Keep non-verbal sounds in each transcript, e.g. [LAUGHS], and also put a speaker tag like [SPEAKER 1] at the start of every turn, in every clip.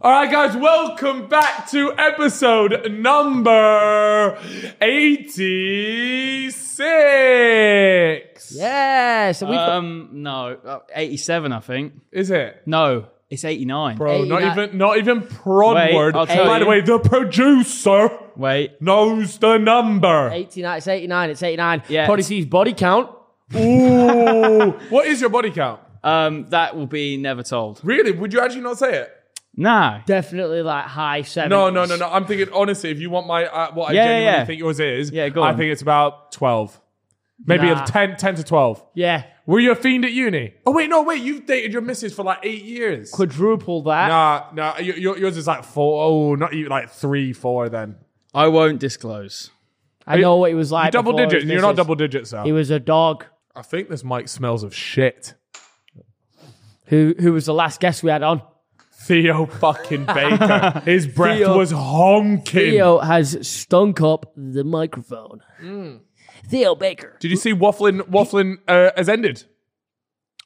[SPEAKER 1] All right, guys, welcome back to episode number 86.
[SPEAKER 2] Yeah, so we've got
[SPEAKER 3] Um, no, uh, 87, I think.
[SPEAKER 1] Is it?
[SPEAKER 3] No, it's 89.
[SPEAKER 1] Bro, not
[SPEAKER 2] 89.
[SPEAKER 1] even not even prodward.
[SPEAKER 3] Wait, I'll tell
[SPEAKER 1] By the
[SPEAKER 3] you.
[SPEAKER 1] way, the producer
[SPEAKER 3] Wait,
[SPEAKER 1] knows the number.
[SPEAKER 2] 89, it's 89, it's 89.
[SPEAKER 3] Yeah,
[SPEAKER 2] Probably
[SPEAKER 3] it's-
[SPEAKER 2] sees body count. [LAUGHS]
[SPEAKER 1] Ooh. what is your body count?
[SPEAKER 3] um, that will be never told.
[SPEAKER 1] Really? Would you actually not say it?
[SPEAKER 3] Nah.
[SPEAKER 2] Definitely like high seven.
[SPEAKER 1] No, no, no, no. I'm thinking honestly. If you want my uh, what I
[SPEAKER 3] Yeah, yeah,
[SPEAKER 1] genuinely
[SPEAKER 3] yeah.
[SPEAKER 1] think yours is,
[SPEAKER 3] Yeah, go
[SPEAKER 1] I
[SPEAKER 3] on.
[SPEAKER 1] think it's about twelve, maybe
[SPEAKER 2] Nah.
[SPEAKER 1] 10, 10 to twelve.
[SPEAKER 2] Yeah,
[SPEAKER 1] Were you a fiend at uni? Oh wait, no, wait. You've dated your missus for like eight years.
[SPEAKER 2] quadruple that.
[SPEAKER 1] nah, nah. y- y- Yours is like four. Oh, not even like three, four. Then
[SPEAKER 3] I won't disclose.
[SPEAKER 2] I know what he was like.
[SPEAKER 1] double
[SPEAKER 2] before
[SPEAKER 1] digits.
[SPEAKER 2] his
[SPEAKER 1] You're not
[SPEAKER 2] missus.
[SPEAKER 1] double digits, sir.
[SPEAKER 2] He was a dog
[SPEAKER 1] I think this mic smells of shit.
[SPEAKER 2] who who was the last guest we had on.
[SPEAKER 1] Theo [LAUGHS] fucking Baker. His breath
[SPEAKER 2] Theo-
[SPEAKER 1] was honking.
[SPEAKER 2] Theo has stunk up the microphone.
[SPEAKER 1] Mm.
[SPEAKER 2] Theo Baker.
[SPEAKER 1] Did you see waffling? Waffling uh, has ended.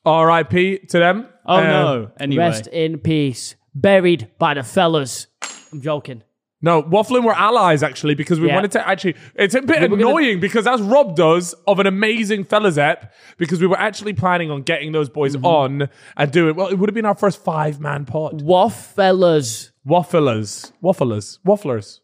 [SPEAKER 1] R.I.P. to them.
[SPEAKER 3] Oh,
[SPEAKER 1] Uh,
[SPEAKER 3] no. Anyway.
[SPEAKER 2] Rest in peace. Buried by the fellas. I'm joking.
[SPEAKER 1] No, Waffling were allies actually because we
[SPEAKER 2] Yeah.
[SPEAKER 1] wanted to actually. It's a bit
[SPEAKER 2] were gonna-
[SPEAKER 1] annoying because as Rob does of an amazing fellas app because we were actually planning on getting those boys
[SPEAKER 2] Mm-hmm.
[SPEAKER 1] on and doing well. It would have been our first five man pod.
[SPEAKER 2] Waff fellas.
[SPEAKER 1] Wafflers, wafflers, wafflers.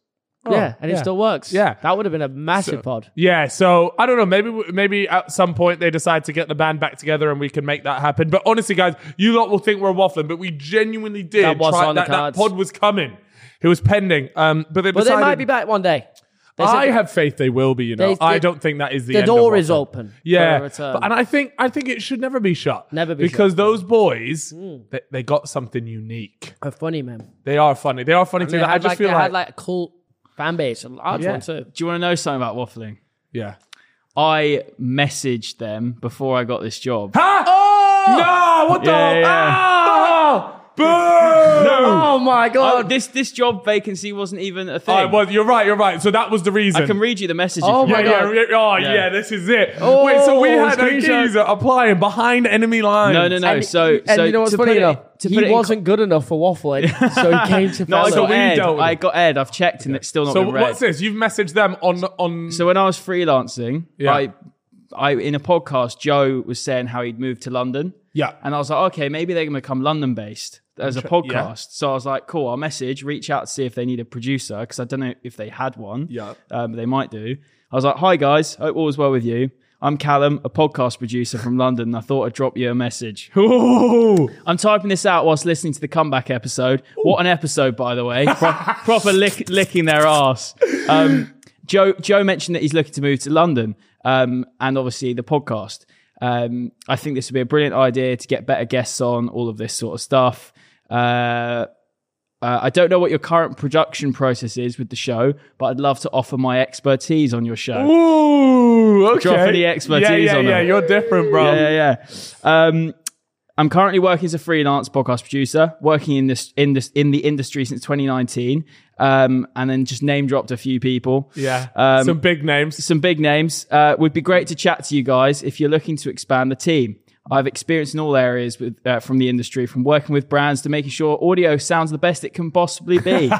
[SPEAKER 2] yeah, and it
[SPEAKER 1] Oh, yeah.
[SPEAKER 2] still works.
[SPEAKER 1] Yeah.
[SPEAKER 2] That would have been a massive pod.
[SPEAKER 1] Yeah, so I don't know. Maybe maybe at some point they decide to get the band back together and we can make that happen. But honestly, guys, you lot will think we're waffling, but we genuinely did.
[SPEAKER 2] That was on the
[SPEAKER 1] that, that
[SPEAKER 2] cards.
[SPEAKER 1] pod was coming. It was pending. Um, but they
[SPEAKER 2] But
[SPEAKER 1] decided.
[SPEAKER 2] they might be back one day. They said
[SPEAKER 1] I have faith they will be. You know,
[SPEAKER 2] They-
[SPEAKER 1] I
[SPEAKER 2] they-
[SPEAKER 1] don't think that is the,
[SPEAKER 2] the
[SPEAKER 1] end of
[SPEAKER 2] door is
[SPEAKER 1] Waffling.
[SPEAKER 2] open.
[SPEAKER 1] Yeah,
[SPEAKER 2] For a return.
[SPEAKER 1] But- and I think I think it should never be shut.
[SPEAKER 2] Never be
[SPEAKER 1] because those boys they, they got something unique.
[SPEAKER 2] They're funny, man.
[SPEAKER 1] They are funny. They are funny too.
[SPEAKER 2] They
[SPEAKER 1] I
[SPEAKER 2] had
[SPEAKER 1] just
[SPEAKER 2] like,
[SPEAKER 1] feel
[SPEAKER 2] they
[SPEAKER 1] like,
[SPEAKER 2] had like a cult fan base, a large
[SPEAKER 1] Yeah.
[SPEAKER 2] one too.
[SPEAKER 3] Do you want to know something about waffling?
[SPEAKER 1] yeah.
[SPEAKER 3] I messaged them before I got this job.
[SPEAKER 1] Huh? Oh no! What
[SPEAKER 3] Yeah,
[SPEAKER 1] the?
[SPEAKER 3] yeah.
[SPEAKER 1] [LAUGHS] Ah! Boo! No.
[SPEAKER 2] Oh my
[SPEAKER 3] Oh,
[SPEAKER 2] god!
[SPEAKER 3] this this job vacancy wasn't even a thing.
[SPEAKER 1] Oh, I was. You're right. You're right. So that was the reason.
[SPEAKER 3] I can read you the message.
[SPEAKER 2] Oh
[SPEAKER 3] if you
[SPEAKER 1] yeah,
[SPEAKER 2] my
[SPEAKER 3] want.
[SPEAKER 1] yeah,
[SPEAKER 2] God.
[SPEAKER 1] yeah, oh, yeah.
[SPEAKER 3] Yeah.
[SPEAKER 1] this is it. Wait, so we
[SPEAKER 2] Oh,
[SPEAKER 1] had a
[SPEAKER 2] screenshot.
[SPEAKER 1] geezer applying behind enemy lines.
[SPEAKER 3] No, no, no.
[SPEAKER 2] And-
[SPEAKER 3] so,
[SPEAKER 2] and
[SPEAKER 3] so
[SPEAKER 2] you know what's
[SPEAKER 3] to put
[SPEAKER 2] funny
[SPEAKER 3] it-
[SPEAKER 2] enough?
[SPEAKER 3] to put it
[SPEAKER 2] he
[SPEAKER 3] in
[SPEAKER 2] wasn't good enough for
[SPEAKER 3] [LAUGHS]
[SPEAKER 2] waffling, so he came to
[SPEAKER 3] con- No, I
[SPEAKER 2] fellas.
[SPEAKER 1] So
[SPEAKER 3] got
[SPEAKER 1] we
[SPEAKER 3] Ed.
[SPEAKER 1] don't.
[SPEAKER 3] I got Ed. I've checked and it's still not
[SPEAKER 1] So
[SPEAKER 3] been read.
[SPEAKER 1] what's this? You've messaged them on on.
[SPEAKER 3] So when I was freelancing,
[SPEAKER 1] Yeah.
[SPEAKER 3] I, I in a podcast, Joe was saying how he'd moved to London,
[SPEAKER 1] yeah.
[SPEAKER 3] and I was like, okay, maybe they're gonna become London based as a podcast.
[SPEAKER 1] yeah.
[SPEAKER 3] So I was like, cool, I'll message, reach out to see if they need a producer because I don't know if they had one.
[SPEAKER 1] Yeah.
[SPEAKER 3] um, they might do. I was like, hi guys, hope all is well with you. I'm Callum, a podcast producer from London. and I thought I'd drop you a message.
[SPEAKER 1] Ooh.
[SPEAKER 3] I'm typing this out whilst listening to the comeback episode. What an episode, by the way. Pro- proper lick- licking their ass. Um, Joe, Joe mentioned that he's looking to move to London um, and obviously the podcast. Um, I think this would be a brilliant idea to get better guests on, all of this sort of stuff. Uh, uh, I don't know what your current production process is with the show, but I'd love to offer my expertise on your show.
[SPEAKER 1] Ooh, okay.
[SPEAKER 3] Drop any expertise
[SPEAKER 1] yeah, yeah,
[SPEAKER 3] on
[SPEAKER 1] yeah.
[SPEAKER 3] them.
[SPEAKER 1] You're different, bro.
[SPEAKER 3] Yeah, yeah, yeah. Um, I'm currently working as a freelance podcast producer, working in this in this in the industry since 2019, um, and then just name dropped a few people.
[SPEAKER 1] Yeah.
[SPEAKER 3] um,
[SPEAKER 1] Some
[SPEAKER 3] some
[SPEAKER 1] big names.
[SPEAKER 3] some big names. Uh, would be great to chat to you guys if you're looking to expand the team. I've experienced in all areas with, uh, from the industry, from working with brands to making sure audio sounds the best it can
[SPEAKER 1] [LAUGHS]
[SPEAKER 3] possibly be.
[SPEAKER 1] Well,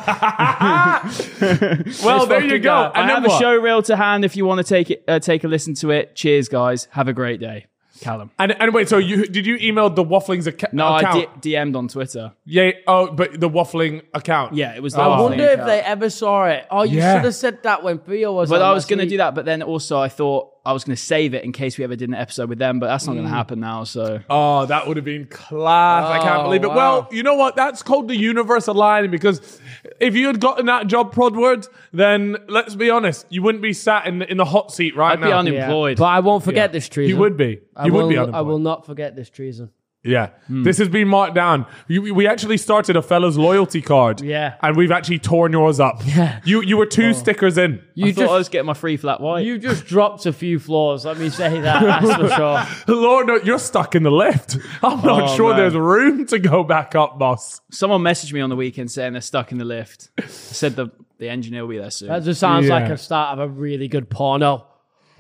[SPEAKER 1] Oh, there you
[SPEAKER 3] Fucking
[SPEAKER 1] go.
[SPEAKER 3] guy. I
[SPEAKER 1] And then
[SPEAKER 3] have
[SPEAKER 1] what?
[SPEAKER 3] a show reel to hand if you want to take it, uh, take a listen to it. Cheers, guys. Have a great day, Callum.
[SPEAKER 1] And, and wait, so you did you email the wafflings acca-
[SPEAKER 3] No,
[SPEAKER 1] account?
[SPEAKER 3] I d- DM'd on Twitter.
[SPEAKER 1] Yeah. Oh, but the waffling account.
[SPEAKER 3] Yeah, it was.
[SPEAKER 1] I
[SPEAKER 3] that
[SPEAKER 2] I
[SPEAKER 3] one.
[SPEAKER 2] wonder if they ever saw it. Oh, you
[SPEAKER 1] Yeah.
[SPEAKER 2] should have said that when Theo was.
[SPEAKER 3] But
[SPEAKER 2] on
[SPEAKER 3] I was
[SPEAKER 2] last
[SPEAKER 3] going to
[SPEAKER 2] week.
[SPEAKER 3] do that, but then also I thought I was going to save it in case we ever did an episode with them, but that's not going to happen now. So
[SPEAKER 1] Oh, that would have been class. I can't
[SPEAKER 2] Oh,
[SPEAKER 1] believe it.
[SPEAKER 2] wow.
[SPEAKER 1] Well, you know what? That's called the universe aligning because if you had gotten that job, Prodward, then let's be honest, you wouldn't be sat in, in the hot seat right
[SPEAKER 3] I'd
[SPEAKER 1] now.
[SPEAKER 3] be unemployed.
[SPEAKER 2] But I won't forget this treason.
[SPEAKER 1] You would be.
[SPEAKER 2] I
[SPEAKER 1] You
[SPEAKER 2] will,
[SPEAKER 1] would be unemployed.
[SPEAKER 2] I will not forget this treason.
[SPEAKER 1] Yeah.
[SPEAKER 2] Hmm.
[SPEAKER 1] This has been marked down. You, we actually started a fella's loyalty card.
[SPEAKER 2] Yeah.
[SPEAKER 1] And we've actually torn yours up.
[SPEAKER 2] Yeah.
[SPEAKER 1] You you were two stickers in.
[SPEAKER 3] I
[SPEAKER 2] You
[SPEAKER 3] thought I
[SPEAKER 2] just
[SPEAKER 3] was getting my free flat white.
[SPEAKER 2] you just dropped a few floors. Let me say that. [LAUGHS] That's for sure.
[SPEAKER 1] Lord, no, you're stuck in the lift. [LAUGHS] I'm not
[SPEAKER 3] Oh,
[SPEAKER 1] sure
[SPEAKER 3] man.
[SPEAKER 1] there's room to go back up, boss.
[SPEAKER 3] Someone messaged me on the weekend saying they're stuck in the lift. I said the, the engineer will be there soon.
[SPEAKER 2] That just sounds
[SPEAKER 1] Yeah.
[SPEAKER 2] like a start of a really good porno.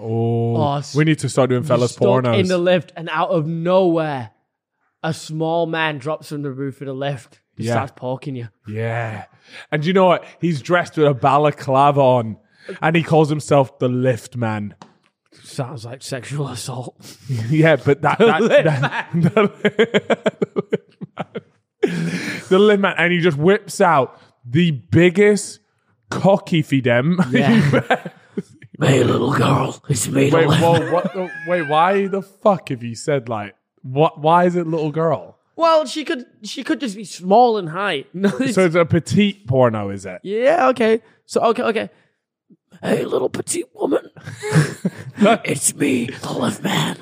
[SPEAKER 1] Oh,
[SPEAKER 2] Boss.
[SPEAKER 1] we need to start doing fellas
[SPEAKER 2] Stuck
[SPEAKER 1] pornos.
[SPEAKER 2] in the lift, and out of nowhere, a small man drops from the roof of the lift. He
[SPEAKER 1] Yeah.
[SPEAKER 2] starts poking you.
[SPEAKER 1] Yeah. And you know what? He's dressed with a balaclava on. And he calls himself the lift man.
[SPEAKER 2] Sounds like sexual assault.
[SPEAKER 1] Yeah, but that, that,
[SPEAKER 3] lift
[SPEAKER 1] that- [LAUGHS] the lift man. And he just whips out the biggest cocky fidem. [LAUGHS]
[SPEAKER 2] Hey, little girl, it's me.
[SPEAKER 1] wait,
[SPEAKER 2] the left.
[SPEAKER 1] whoa, what the, wait, why the fuck have you said like what why is it little girl?
[SPEAKER 2] [LAUGHS] Well, she could she could just be small in height. [LAUGHS] No, it's-
[SPEAKER 1] So it's a petite porno, is it?
[SPEAKER 2] yeah, okay. So okay, okay. Hey, little petite
[SPEAKER 1] [LAUGHS]
[SPEAKER 2] woman, [LAUGHS] it's me, the left man.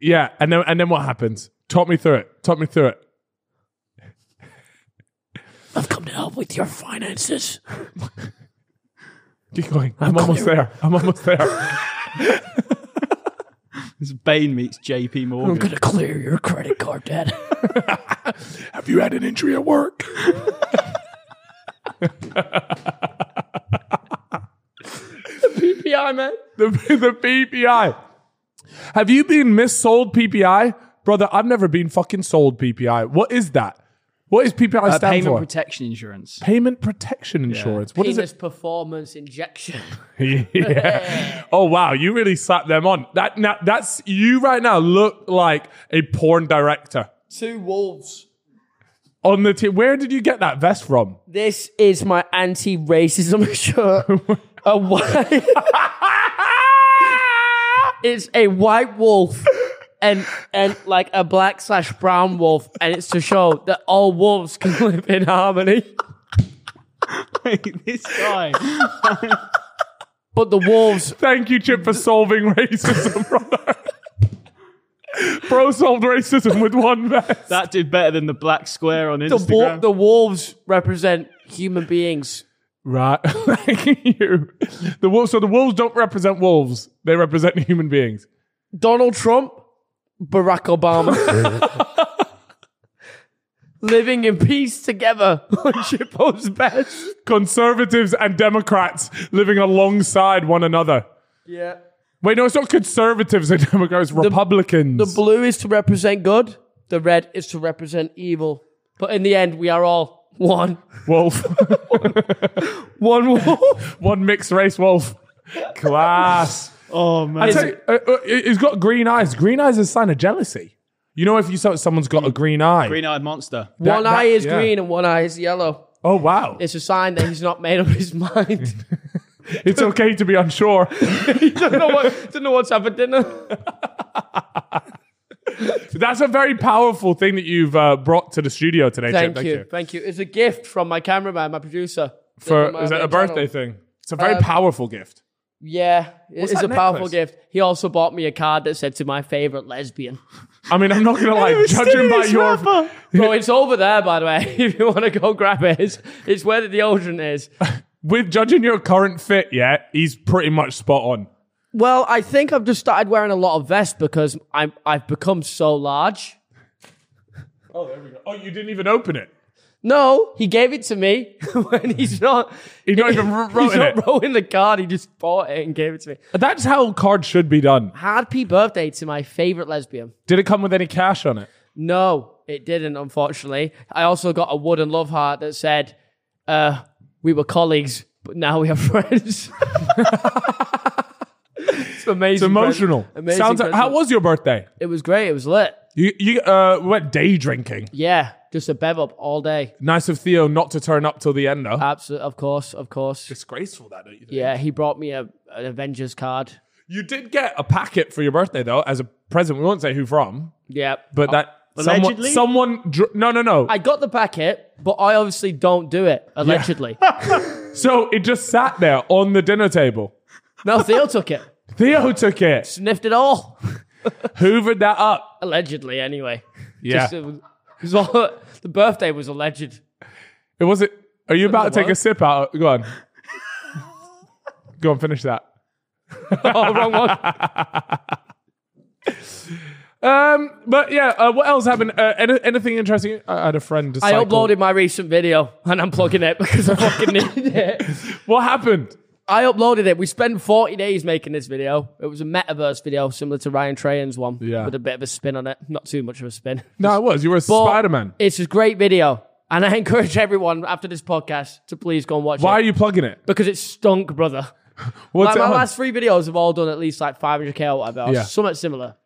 [SPEAKER 1] Yeah, and then and then what happens? Talk me through it. Talk me through it.
[SPEAKER 2] I've come to help with your finances.
[SPEAKER 1] Keep going. I'm almost there. I'm almost there.
[SPEAKER 3] This Bane meets JP
[SPEAKER 2] I'm
[SPEAKER 3] Morgan.
[SPEAKER 2] gonna clear your credit card
[SPEAKER 1] [LAUGHS]
[SPEAKER 2] debt.
[SPEAKER 1] [LAUGHS]
[SPEAKER 2] [LAUGHS]
[SPEAKER 1] Have you had an injury at work?
[SPEAKER 2] PI man.
[SPEAKER 1] The, [LAUGHS] the PPI. Have you been missold PPI? Brother, I've never been fucking sold PPI. What is that? What is PPI
[SPEAKER 3] Uh,
[SPEAKER 1] stand
[SPEAKER 3] payment
[SPEAKER 1] for?
[SPEAKER 3] protection insurance.
[SPEAKER 1] payment protection insurance. What is it?
[SPEAKER 2] Penis performance injection.
[SPEAKER 1] [LAUGHS] yeah. Oh wow, you really slapped them on. That now that's you right now look like a porn director.
[SPEAKER 2] Two wolves.
[SPEAKER 1] On the t- where did you get that vest from? [LAUGHS]
[SPEAKER 2] This is my anti-racism [LAUGHS] shirt. a white. it's a white wolf and and like a black slash brown wolf, and it's to show that all wolves can [LAUGHS] live in harmony.
[SPEAKER 3] this guy.
[SPEAKER 2] But the wolves,
[SPEAKER 1] Thank you, Chip, for solving racism, [LAUGHS] brother. Bro solved racism with one vest.
[SPEAKER 3] [LAUGHS] That did better than the black square on
[SPEAKER 2] the,
[SPEAKER 3] Instagram.
[SPEAKER 2] wol- the wolves represent human beings.
[SPEAKER 1] Right. [LAUGHS] Thank you. The wolves. So the wolves don't represent wolves. They represent [LAUGHS] human beings.
[SPEAKER 2] Donald Trump, Barack Obama. Living in peace together [LAUGHS] on Chippo's best.
[SPEAKER 1] Conservatives and Democrats living alongside one another.
[SPEAKER 2] Yeah.
[SPEAKER 1] Wait, no, it's not conservatives and [LAUGHS] Democrats. Republicans.
[SPEAKER 2] The blue is to represent good. The red is to represent evil. But in the end, we are all one.
[SPEAKER 1] wolf.
[SPEAKER 2] One wolf.
[SPEAKER 1] [LAUGHS] one mixed race wolf.
[SPEAKER 2] [LAUGHS]
[SPEAKER 1] Class.
[SPEAKER 3] oh man.
[SPEAKER 1] It's like, uh, uh, he's got green eyes. Green eyes is a sign of jealousy. You know, if you saw someone's got a green eye.
[SPEAKER 3] Green-eyed monster.
[SPEAKER 1] that-
[SPEAKER 2] one
[SPEAKER 1] that-
[SPEAKER 2] eye is
[SPEAKER 1] yeah.
[SPEAKER 2] green and one eye is yellow.
[SPEAKER 1] Oh wow! [LAUGHS] It's,
[SPEAKER 2] It's a sign that he's not made up
[SPEAKER 1] [LAUGHS]
[SPEAKER 2] his [LAUGHS] mind. [LAUGHS]
[SPEAKER 1] okay to be unsure. [LAUGHS]
[SPEAKER 2] don't, know what, don't know what's up at dinner.
[SPEAKER 1] That's a very powerful thing that you've uh, brought to the studio today. Chip.
[SPEAKER 2] Thank, you. Thank you. It's a gift from my cameraman, my producer.
[SPEAKER 1] For is it a birthday
[SPEAKER 2] thing?
[SPEAKER 1] thing? It's a very
[SPEAKER 2] Um,
[SPEAKER 1] powerful gift.
[SPEAKER 2] Yeah, it's
[SPEAKER 1] that
[SPEAKER 2] a powerful
[SPEAKER 1] necklace?
[SPEAKER 2] gift. He also bought me a card that said to my favorite lesbian.
[SPEAKER 1] I mean, I'm not [LAUGHS] gonna lie. Judging by your
[SPEAKER 2] Bro, it's over there, by the way. [LAUGHS] If you want to go grab it, it's, it's where the deodorant is.
[SPEAKER 1] with judging your current fit, yeah, he's pretty much spot on.
[SPEAKER 2] Well, I think I've just started wearing a lot of vests because I'm I've become so large.
[SPEAKER 1] Oh, there we go. Oh, you didn't even open it.
[SPEAKER 2] No, he gave it to me [LAUGHS] when he's not.
[SPEAKER 1] He's not even wr-
[SPEAKER 2] he's
[SPEAKER 1] wrote in
[SPEAKER 2] not
[SPEAKER 1] it.
[SPEAKER 2] wrote in the card. He just bought it and gave it to me.
[SPEAKER 1] That's how cards should be done.
[SPEAKER 2] Happy birthday to my favorite lesbian.
[SPEAKER 1] Did it come with any cash on it?
[SPEAKER 2] No, it didn't. Unfortunately, I also got a wooden love heart that said, uh, "We were colleagues, but now we are [LAUGHS] friends." it's amazing.
[SPEAKER 1] It's emotional.
[SPEAKER 2] present. Amazing.
[SPEAKER 1] Sounds.
[SPEAKER 2] present.
[SPEAKER 1] how was your birthday?
[SPEAKER 2] it was great. It was lit.
[SPEAKER 1] You you uh, went day drinking.
[SPEAKER 2] Yeah, just a bev up all day.
[SPEAKER 1] Nice of Theo not to turn up till the end, though.
[SPEAKER 2] Absolutely, of course, of course.
[SPEAKER 1] Disgraceful, that don't you think?
[SPEAKER 2] Yeah, he brought me a, an Avengers card.
[SPEAKER 1] You did get a packet for your birthday though, as a present. We won't say who from,
[SPEAKER 2] Yeah,
[SPEAKER 1] but that
[SPEAKER 3] Allegedly?
[SPEAKER 1] someone, someone dr- no, no, no.
[SPEAKER 2] I got the packet, but I obviously don't do it
[SPEAKER 1] [LAUGHS]
[SPEAKER 2] allegedly.
[SPEAKER 1] so it just sat there on the dinner table.
[SPEAKER 2] no, Theo took it,
[SPEAKER 1] Theo took it,
[SPEAKER 2] sniffed it all [LAUGHS]
[SPEAKER 1] hoovered that up.
[SPEAKER 2] allegedly. Anyway,
[SPEAKER 1] Yeah,
[SPEAKER 2] Just, it was- it was all- [LAUGHS] the birthday was alleged. [LAUGHS]
[SPEAKER 1] it wasn't. Are you about to take a
[SPEAKER 2] what?
[SPEAKER 1] sip out? Go
[SPEAKER 2] [LAUGHS]
[SPEAKER 1] on, go on, finish that.
[SPEAKER 2] Oh,
[SPEAKER 1] [LAUGHS]
[SPEAKER 2] wrong one.
[SPEAKER 1] Um, but yeah, uh, what else happened? Uh, any, anything interesting? I had a friend.
[SPEAKER 2] I
[SPEAKER 1] cycle-
[SPEAKER 2] uploaded my recent video and I'm plugging it because I
[SPEAKER 1] [LAUGHS]
[SPEAKER 2] fucking needed it.
[SPEAKER 1] What happened?
[SPEAKER 2] I uploaded it. We spent 40 days making this video. It was a metaverse video similar to Ryan Trahan's one
[SPEAKER 1] Yeah.
[SPEAKER 2] with a bit of a spin on it. Not too much of a spin.
[SPEAKER 1] No, it was. You were a
[SPEAKER 2] But
[SPEAKER 1] Spider Man.
[SPEAKER 2] It's a great video. And I [LAUGHS] encourage everyone after this podcast to please go and watch
[SPEAKER 1] Why
[SPEAKER 2] it.
[SPEAKER 1] are you plugging it?
[SPEAKER 2] because it's stunk, brother.
[SPEAKER 1] What's
[SPEAKER 2] Like
[SPEAKER 1] it
[SPEAKER 2] my
[SPEAKER 1] on?
[SPEAKER 2] last three videos have all done at least like 500k or whatever, or
[SPEAKER 1] Yeah.
[SPEAKER 2] something similar.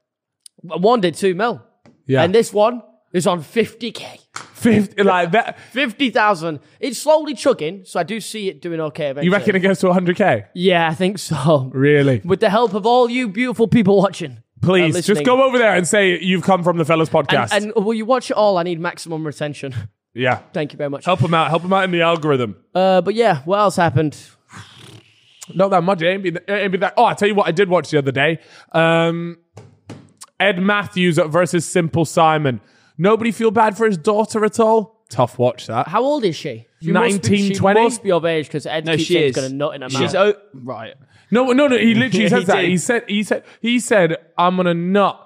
[SPEAKER 2] One did two mil,
[SPEAKER 1] yeah.
[SPEAKER 2] and this one is on 50k,
[SPEAKER 1] 50, like that.
[SPEAKER 2] 50,000. It's slowly chugging, so I do see it doing okay eventually.
[SPEAKER 1] You reckon it goes to 100k?
[SPEAKER 2] Yeah, I think so.
[SPEAKER 1] Really?
[SPEAKER 2] With the help of all you beautiful people watching,
[SPEAKER 1] Please, just
[SPEAKER 2] listening.
[SPEAKER 1] go over there and say you've come from the Fellas podcast.
[SPEAKER 2] and will you watch it all? I need maximum retention. [LAUGHS]
[SPEAKER 1] yeah.
[SPEAKER 2] Thank you very much.
[SPEAKER 1] Help him out. Help him out in the algorithm.
[SPEAKER 2] Uh, but yeah, what else happened?
[SPEAKER 1] Not that much. It ain't, been, it ain't been that. Oh, I tell you what, I did watch the other day. Um, Ed Matthews versus Simple Simon. Nobody feel bad for his daughter at all. Tough watch that.
[SPEAKER 2] How old is she? She must be-
[SPEAKER 1] 19,
[SPEAKER 2] She must be of age because Ed
[SPEAKER 3] No,
[SPEAKER 2] keeps
[SPEAKER 3] she
[SPEAKER 2] saying
[SPEAKER 3] is.
[SPEAKER 2] he's got a nut in her mouth.
[SPEAKER 3] She's oh right.
[SPEAKER 1] No, no, no. He literally
[SPEAKER 2] [LAUGHS]
[SPEAKER 3] Yeah,
[SPEAKER 1] says
[SPEAKER 3] he
[SPEAKER 1] that.
[SPEAKER 3] did.
[SPEAKER 1] He said, he said, he said, I'm gonna nut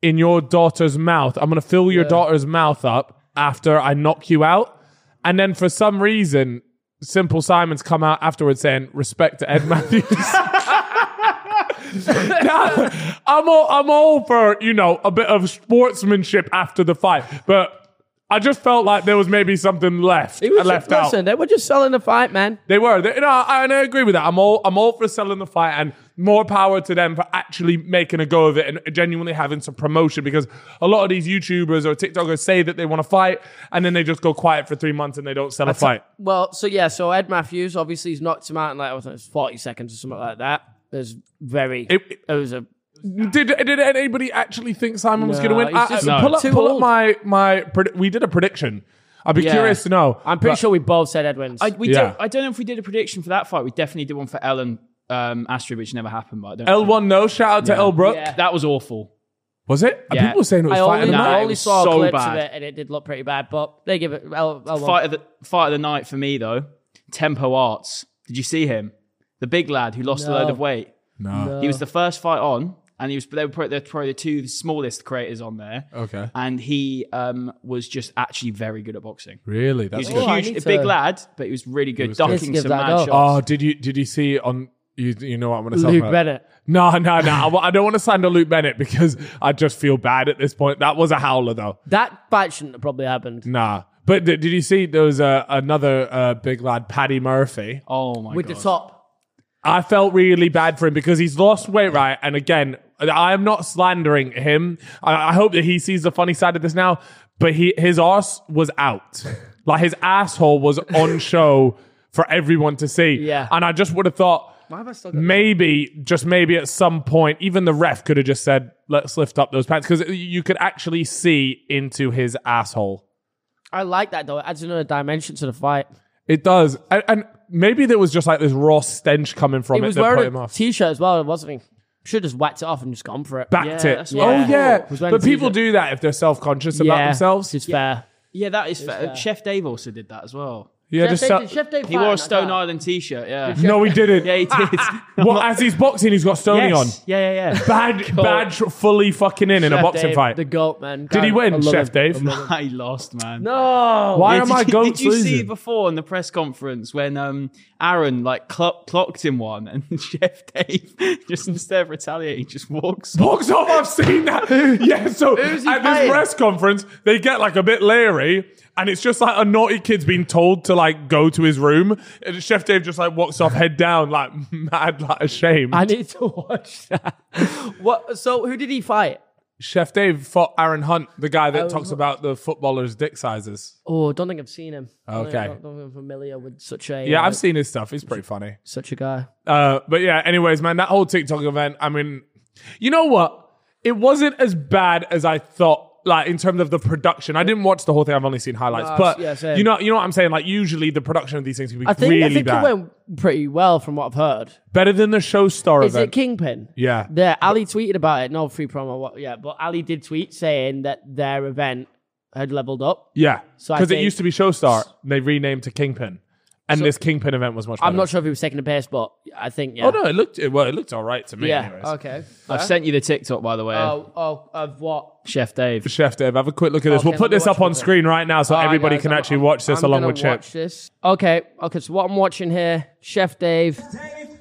[SPEAKER 1] in your daughter's mouth. I'm gonna fill your daughter's mouth up after I knock you out. And then for some reason, Simple Simon's come out afterwards saying, "Respect to
[SPEAKER 2] [LAUGHS]
[SPEAKER 1] Ed Matthews." [LAUGHS] Now, I'm all, I'm all for you know a bit of sportsmanship after the fight, but. I just felt like there was maybe something left,
[SPEAKER 2] It was just-
[SPEAKER 1] left out.
[SPEAKER 2] listen, they were just selling the fight, man.
[SPEAKER 1] They were. They, no, I, and I agree with that. I'm all, I'm all for selling the fight and more power to them for actually making a go of it and genuinely having some promotion because a lot of these YouTubers or TikTokers say that they want to fight and then they just go quiet for three months and they don't sell a fight.
[SPEAKER 2] Well, so yeah, so Ed Matthews obviously he's knocked him out in like I think it's forty seconds or something like that. There's very it,
[SPEAKER 1] It- it-
[SPEAKER 2] was a
[SPEAKER 1] did, did anybody actually think Simon was
[SPEAKER 2] No,
[SPEAKER 1] going to win?
[SPEAKER 2] he's just
[SPEAKER 1] I- I-
[SPEAKER 3] No.
[SPEAKER 1] Pull up,
[SPEAKER 2] too
[SPEAKER 1] pull up
[SPEAKER 2] old.
[SPEAKER 1] my, my, pred- we did a prediction. I'd be
[SPEAKER 2] Yeah.
[SPEAKER 1] curious to know.
[SPEAKER 2] I'm pretty
[SPEAKER 1] But-
[SPEAKER 2] sure we both said Ed wins.
[SPEAKER 3] I, we
[SPEAKER 1] Yeah.
[SPEAKER 3] don't, I don't know if we did a prediction for that fight. We definitely did one for Ellen um, Astrid, which never happened. But I don't.
[SPEAKER 1] L1 no, shout out to L Brook.
[SPEAKER 2] Yeah.
[SPEAKER 3] that was awful.
[SPEAKER 1] Was it?
[SPEAKER 3] Yeah.
[SPEAKER 1] People were saying it was
[SPEAKER 2] I
[SPEAKER 1] fighting
[SPEAKER 2] only,
[SPEAKER 1] the
[SPEAKER 3] Nah,
[SPEAKER 2] I
[SPEAKER 1] night.
[SPEAKER 3] it
[SPEAKER 2] only
[SPEAKER 3] was
[SPEAKER 2] saw
[SPEAKER 3] so
[SPEAKER 2] clips
[SPEAKER 3] bad.
[SPEAKER 2] of it and it did look pretty bad, but they give it. I'll, I'll
[SPEAKER 3] Fight of the fight of the night for me though. Tempo Arts. Did you see him? The big lad who lost
[SPEAKER 2] No.
[SPEAKER 3] a load of weight.
[SPEAKER 1] No.
[SPEAKER 3] He was the first fight on, and he was they were probably, they're probably the two smallest creators on there.
[SPEAKER 1] Okay.
[SPEAKER 3] And he um, was just actually very good at boxing.
[SPEAKER 1] Really?
[SPEAKER 3] He
[SPEAKER 1] That's
[SPEAKER 3] was
[SPEAKER 2] Oh, I
[SPEAKER 3] a
[SPEAKER 2] need
[SPEAKER 3] huge, a
[SPEAKER 2] to-
[SPEAKER 3] big lad, but he was really good,
[SPEAKER 1] was good.
[SPEAKER 2] Let's
[SPEAKER 3] ducking
[SPEAKER 2] give
[SPEAKER 3] some
[SPEAKER 2] that
[SPEAKER 3] mad
[SPEAKER 2] a go.
[SPEAKER 3] shots.
[SPEAKER 1] Oh, did you did you see it on you? You know what I'm gonna talk
[SPEAKER 2] Luke
[SPEAKER 1] about.
[SPEAKER 2] Bennett.
[SPEAKER 1] No, no, no. I, wa- I don't want to sign to Luke Bennett because I just feel bad at this point. That was a howler though.
[SPEAKER 2] That fight shouldn't have probably happened.
[SPEAKER 1] Nah. But d- did you see there was uh, another uh, big lad, Paddy Murphy?
[SPEAKER 3] Oh my
[SPEAKER 2] With
[SPEAKER 3] god!
[SPEAKER 2] the top.
[SPEAKER 1] I felt really bad for him because he's lost weight, right? And again, I am not slandering him. I, I hope that he sees the funny side of this now. But he his ass was out,
[SPEAKER 2] [LAUGHS]
[SPEAKER 1] like his asshole was on show for everyone to see.
[SPEAKER 2] Yeah.
[SPEAKER 1] and I just would have thought.
[SPEAKER 2] have I still got that?
[SPEAKER 1] Maybe, just maybe at some point, even the ref could have just said, let's lift up those pants. Because you could actually see into his asshole.
[SPEAKER 2] I like that though. It adds another dimension to the fight.
[SPEAKER 1] It does. And, and maybe there was just like this raw stench coming from
[SPEAKER 2] He
[SPEAKER 1] it
[SPEAKER 2] was
[SPEAKER 1] that put him
[SPEAKER 2] wearing a
[SPEAKER 1] off.
[SPEAKER 2] t-shirt as well, wasn't he? Should have just whacked it off and just gone for it.
[SPEAKER 1] backed
[SPEAKER 3] Yeah,
[SPEAKER 1] it.
[SPEAKER 3] that's
[SPEAKER 1] Oh
[SPEAKER 3] what I
[SPEAKER 1] yeah,
[SPEAKER 2] thought. Was wearing
[SPEAKER 1] but
[SPEAKER 2] a
[SPEAKER 1] people
[SPEAKER 2] t-shirt.
[SPEAKER 1] do that if they're self-conscious about
[SPEAKER 2] yeah,
[SPEAKER 1] themselves.
[SPEAKER 2] It's fair.
[SPEAKER 3] yeah, that is fair. Chef Dave also did that as well.
[SPEAKER 1] Yeah,
[SPEAKER 2] Chef
[SPEAKER 1] just
[SPEAKER 2] Dave-
[SPEAKER 1] sell-
[SPEAKER 2] did Chef Dave
[SPEAKER 3] He
[SPEAKER 2] fight on
[SPEAKER 3] wore a
[SPEAKER 2] that
[SPEAKER 3] Stone
[SPEAKER 2] card?
[SPEAKER 3] Island T-shirt. Yeah.
[SPEAKER 1] no, he didn't.
[SPEAKER 3] Yeah, he [LAUGHS] did.
[SPEAKER 1] well, as he's boxing, he's got Stony on.
[SPEAKER 3] Yes. Yeah, yeah, yeah.
[SPEAKER 1] Bad, bad, tr- fully fucking in in a
[SPEAKER 3] Chef
[SPEAKER 1] boxing
[SPEAKER 3] Dave,
[SPEAKER 1] fight.
[SPEAKER 2] The goat man.
[SPEAKER 1] Did he
[SPEAKER 2] God, I
[SPEAKER 1] win,
[SPEAKER 2] love
[SPEAKER 1] Chef
[SPEAKER 2] him.
[SPEAKER 1] Dave?
[SPEAKER 3] [LAUGHS] I lost, man.
[SPEAKER 2] No.
[SPEAKER 1] Why
[SPEAKER 3] Yeah,
[SPEAKER 1] am
[SPEAKER 3] did
[SPEAKER 1] I
[SPEAKER 3] you-
[SPEAKER 1] goats
[SPEAKER 3] Did you see
[SPEAKER 1] losing?
[SPEAKER 3] before in the press conference when um, Aaron like clo- clocked him one, and [LAUGHS] Chef Dave just instead of retaliating just walks. off?
[SPEAKER 1] Box off! I've seen
[SPEAKER 3] [LAUGHS]
[SPEAKER 1] that. Yeah, so at
[SPEAKER 3] he
[SPEAKER 1] this
[SPEAKER 3] fighting?
[SPEAKER 1] press conference, they get like a bit leery, and it's just like a naughty kid's been told to like go to his room, and Chef Dave just like walks off head down, like [LAUGHS] mad, like ashamed.
[SPEAKER 2] [LAUGHS] I need to watch that. [LAUGHS] what? So who did he fight?
[SPEAKER 1] Chef Dave fought Aaron Hunt, the guy that
[SPEAKER 2] Oh,
[SPEAKER 1] talks
[SPEAKER 2] look.
[SPEAKER 1] about the footballers' dick sizes.
[SPEAKER 2] Oh, don't think I've seen him. I
[SPEAKER 1] Okay.
[SPEAKER 2] don't, don't think I'm familiar with such a
[SPEAKER 1] Yeah,
[SPEAKER 2] uh,
[SPEAKER 1] I've seen his stuff. He's pretty funny.
[SPEAKER 2] such a guy.
[SPEAKER 1] Uh, but yeah, anyways, man, that whole TikTok event, I mean, you know what? It wasn't as bad as I thought. Like in terms of the production, I didn't watch the whole thing. I've only seen highlights,
[SPEAKER 2] No,
[SPEAKER 1] but
[SPEAKER 2] yeah, same.
[SPEAKER 1] you know, you know what I'm saying. Like usually, the production of these things can be
[SPEAKER 2] I think
[SPEAKER 1] really
[SPEAKER 2] I think
[SPEAKER 1] bad.
[SPEAKER 2] it went pretty well from what I've heard.
[SPEAKER 1] Better than the show star
[SPEAKER 2] Is
[SPEAKER 1] event.
[SPEAKER 2] it Kingpin?
[SPEAKER 1] yeah,
[SPEAKER 2] Yeah, Ali tweeted about it. No free promo. What? Yeah, but Ali did tweet saying that their event had leveled up.
[SPEAKER 1] yeah.
[SPEAKER 2] I
[SPEAKER 1] Because it
[SPEAKER 2] think-
[SPEAKER 1] used to be Showstar, and they renamed to Kingpin, and this Kingpin event was much. Better.
[SPEAKER 2] I'm not sure if he was taking the pace, but I think yeah.
[SPEAKER 1] Oh no, it looked it, well. It looked all right to me.
[SPEAKER 2] yeah.
[SPEAKER 1] Anyways.
[SPEAKER 2] Okay.
[SPEAKER 3] I've sent you the TikTok by the way, of
[SPEAKER 2] Oh, oh, of what?
[SPEAKER 3] Chef Dave.
[SPEAKER 1] Chef Dave, have a quick look at this.
[SPEAKER 2] Okay,
[SPEAKER 1] we'll put
[SPEAKER 2] let me
[SPEAKER 1] this up
[SPEAKER 2] watch
[SPEAKER 1] on
[SPEAKER 2] it.
[SPEAKER 1] screen right now so
[SPEAKER 2] All right,
[SPEAKER 1] everybody
[SPEAKER 2] guys,
[SPEAKER 1] can
[SPEAKER 2] I'm-
[SPEAKER 1] actually watch this
[SPEAKER 2] I'm
[SPEAKER 1] along
[SPEAKER 2] gonna
[SPEAKER 1] with Chip.
[SPEAKER 2] Watch this. Okay. Okay. So what I'm watching here, Chef Dave,
[SPEAKER 4] Dave and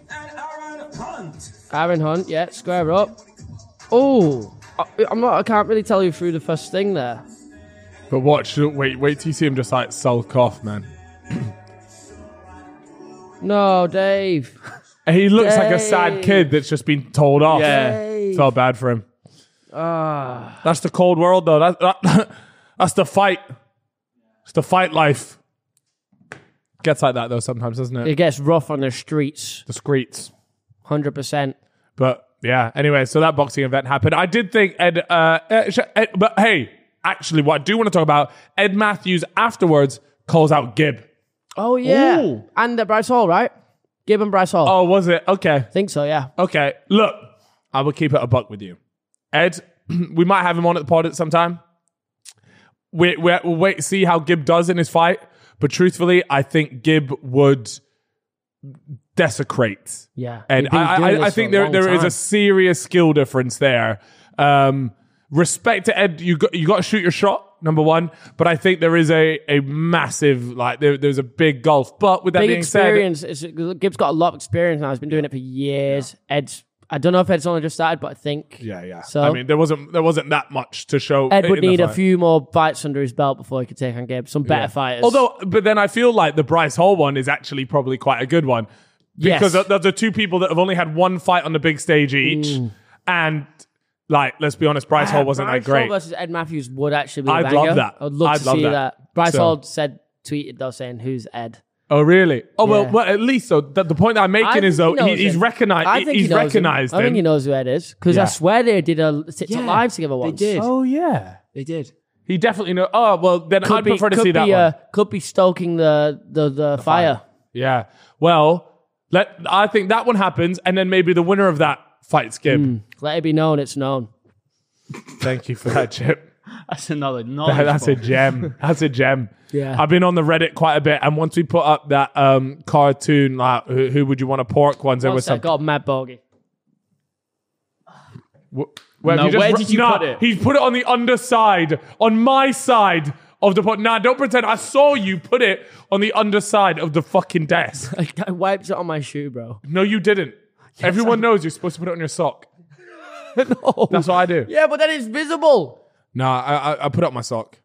[SPEAKER 4] Aaron Hunt.
[SPEAKER 2] Aaron Hunt. Yeah, square up. Oh, I'm not. I can't really tell you through the first thing there.
[SPEAKER 1] But watch, wait, wait till you see him just like sulk off, man.
[SPEAKER 2] No, Dave.
[SPEAKER 1] And he looks like a
[SPEAKER 2] Yay.
[SPEAKER 1] sad kid that's just been told off.
[SPEAKER 3] Yeah.
[SPEAKER 1] Felt bad for him.
[SPEAKER 2] Ah,
[SPEAKER 1] That's the cold world, though. That, that, [LAUGHS] that's the fight. It's the fight life. Gets like that, though, sometimes, doesn't it?
[SPEAKER 2] it gets rough on the streets.
[SPEAKER 1] The streets.
[SPEAKER 2] Hundred percent.
[SPEAKER 1] But yeah, anyway, so that boxing event happened. I did think Ed, uh, Ed, sh- Ed but hey, actually, what I do want to talk about, Ed Matthews afterwards calls out Gibb.
[SPEAKER 2] Oh yeah,
[SPEAKER 3] Ooh.
[SPEAKER 2] and uh, Bryce Hall, right? Give him Bryce Hall. Oh.
[SPEAKER 1] Oh, was it? Okay.
[SPEAKER 2] I think so. Yeah.
[SPEAKER 1] Okay. Look, I will keep it a buck with you. Ed, [CLEARS THROAT] we might have him on at the pod at some time. We, we, we'll wait see how Gibb does in his fight. But truthfully, I think Gibb would desecrate
[SPEAKER 2] Yeah.
[SPEAKER 1] and
[SPEAKER 2] We've been
[SPEAKER 1] I,
[SPEAKER 2] doing
[SPEAKER 1] I, I
[SPEAKER 2] this
[SPEAKER 1] think
[SPEAKER 2] for a
[SPEAKER 1] there,
[SPEAKER 2] long
[SPEAKER 1] there is
[SPEAKER 2] time.
[SPEAKER 1] a serious skill difference there. Um, respect to Ed, you got you got to shoot your shot, number one. But I think there is a a massive like there, there's a big gulf. But with that
[SPEAKER 2] big
[SPEAKER 1] being
[SPEAKER 2] experience. It's, Gibb's got a lot of experience now. He's been doing it for years. Ed's. I don't know if Ed's only just started, but I think.
[SPEAKER 1] said, yeah, yeah.
[SPEAKER 2] So
[SPEAKER 1] I mean, there wasn't there wasn't that much to show.
[SPEAKER 2] Ed would
[SPEAKER 1] in the
[SPEAKER 2] need a
[SPEAKER 1] fight.
[SPEAKER 2] few more bites under his belt before he could take on Gibb. Some better fighters.
[SPEAKER 1] Although, but then I feel like the Bryce Hall one is actually probably quite a good one
[SPEAKER 2] Yes.
[SPEAKER 1] because th- those are two people that have only had one fight on the big stage each, and like let's be honest, Bryce Hall wasn't
[SPEAKER 2] Bryce
[SPEAKER 1] that great.
[SPEAKER 2] Hall versus Ed Matthews would actually be. a
[SPEAKER 1] I'd
[SPEAKER 2] banger.
[SPEAKER 1] love that.
[SPEAKER 2] I'd love
[SPEAKER 1] I'd
[SPEAKER 2] to
[SPEAKER 1] love
[SPEAKER 2] see
[SPEAKER 1] that.
[SPEAKER 2] that. Bryce
[SPEAKER 1] So-
[SPEAKER 2] Hall said, tweeted though, saying, "Who's Ed?"
[SPEAKER 1] Oh really? Oh well,
[SPEAKER 2] Yeah.
[SPEAKER 1] well. At least though, that the point that I'm making
[SPEAKER 2] I
[SPEAKER 1] is
[SPEAKER 2] think
[SPEAKER 1] though
[SPEAKER 2] he
[SPEAKER 1] he,
[SPEAKER 2] knows
[SPEAKER 1] he's
[SPEAKER 2] him.
[SPEAKER 1] recognized.
[SPEAKER 2] I think
[SPEAKER 1] he's
[SPEAKER 2] he knows
[SPEAKER 1] recognized
[SPEAKER 2] Him. I think he
[SPEAKER 1] him.
[SPEAKER 2] knows who Ed is because
[SPEAKER 1] Yeah.
[SPEAKER 2] I swear they did a TikTok
[SPEAKER 3] Yeah,
[SPEAKER 2] live together
[SPEAKER 3] they
[SPEAKER 2] once.
[SPEAKER 3] did.
[SPEAKER 2] Oh,
[SPEAKER 1] yeah,
[SPEAKER 3] They did.
[SPEAKER 1] he definitely know. Oh well, then I'd prefer to
[SPEAKER 2] could
[SPEAKER 1] see that
[SPEAKER 2] be,
[SPEAKER 1] one.
[SPEAKER 2] uh, could be stoking the the, the, fire.
[SPEAKER 1] yeah. Well, let I think that one happens, and then maybe the winner of that fights Gib.
[SPEAKER 2] Let it be known it's known.
[SPEAKER 1] Thank you for that, Chip.
[SPEAKER 3] [LAUGHS] [LAUGHS] That's another
[SPEAKER 1] [LAUGHS]
[SPEAKER 3] knowledge.
[SPEAKER 1] That's a
[SPEAKER 3] bomb.
[SPEAKER 1] gem. That's a gem.
[SPEAKER 2] Yeah.
[SPEAKER 1] I've been on the Reddit quite a bit, and once we put up that um, cartoon, like who, who would you want to pork ones, there was
[SPEAKER 2] What's
[SPEAKER 1] some.
[SPEAKER 2] that got mad [LAUGHS] bogey?
[SPEAKER 1] Where,
[SPEAKER 3] No, where did you put it?
[SPEAKER 1] He put it on the underside, on my side of the pot. Nah, don't pretend. I saw you put it on the underside of the fucking desk.
[SPEAKER 2] I, I wiped it on my shoe, bro.
[SPEAKER 1] No, you didn't. Everyone knows you're supposed to put it on your sock.
[SPEAKER 2] no.
[SPEAKER 1] That's what I do.
[SPEAKER 2] Yeah, but then it's visible.
[SPEAKER 1] Nah, I, I, I put it on my sock.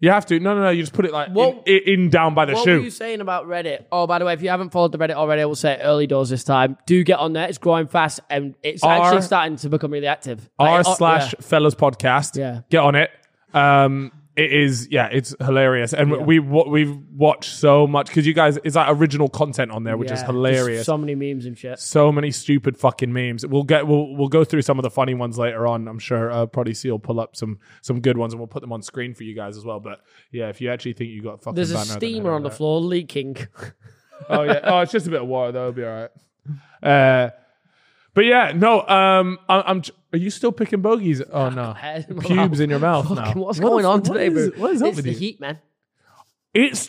[SPEAKER 1] You have to. No, no, no. You just put it like in-
[SPEAKER 2] What-
[SPEAKER 1] in, in down by the
[SPEAKER 2] What
[SPEAKER 1] shoe.
[SPEAKER 2] were you saying about Reddit? Oh, by the way, if you haven't followed the Reddit already, I will say it early doors this time. Do get on there. It's growing fast and it's
[SPEAKER 1] R-
[SPEAKER 2] actually starting to become really active.
[SPEAKER 1] r
[SPEAKER 2] Like, oh,
[SPEAKER 1] slash
[SPEAKER 2] yeah.
[SPEAKER 1] fellas podcast
[SPEAKER 2] Yeah.
[SPEAKER 1] get on it um it is yeah it's hilarious and we what we've watched so much because you guys it's like original content on there which
[SPEAKER 2] Yeah,
[SPEAKER 1] is
[SPEAKER 2] just
[SPEAKER 1] hilarious so-,
[SPEAKER 2] So many memes and shit.
[SPEAKER 1] many stupid fucking memes we'll get we'll, we'll go through some of the funny ones later on i'm sure uh probably see will pull up some some good ones and we'll put them on screen for you guys as well but yeah if you actually think you got fucking
[SPEAKER 2] There's a
[SPEAKER 1] banner, then
[SPEAKER 2] steamer
[SPEAKER 1] head
[SPEAKER 2] on the
[SPEAKER 1] over
[SPEAKER 2] floor leaking. [LAUGHS]
[SPEAKER 1] there. oh yeah oh it's just a bit of water that'll be all right uh but yeah, no. Um, I, I'm. Are you still picking bogeys? Oh no,
[SPEAKER 2] [LAUGHS] head in my
[SPEAKER 1] pubes
[SPEAKER 2] mouth.
[SPEAKER 1] in your mouth now.
[SPEAKER 2] Fucking what's
[SPEAKER 1] What
[SPEAKER 2] going
[SPEAKER 1] is-
[SPEAKER 2] on
[SPEAKER 1] what
[SPEAKER 2] today,
[SPEAKER 1] is-
[SPEAKER 2] bro?
[SPEAKER 1] What is up
[SPEAKER 2] it's
[SPEAKER 1] with
[SPEAKER 2] the
[SPEAKER 1] you?
[SPEAKER 2] heat, man.
[SPEAKER 1] It's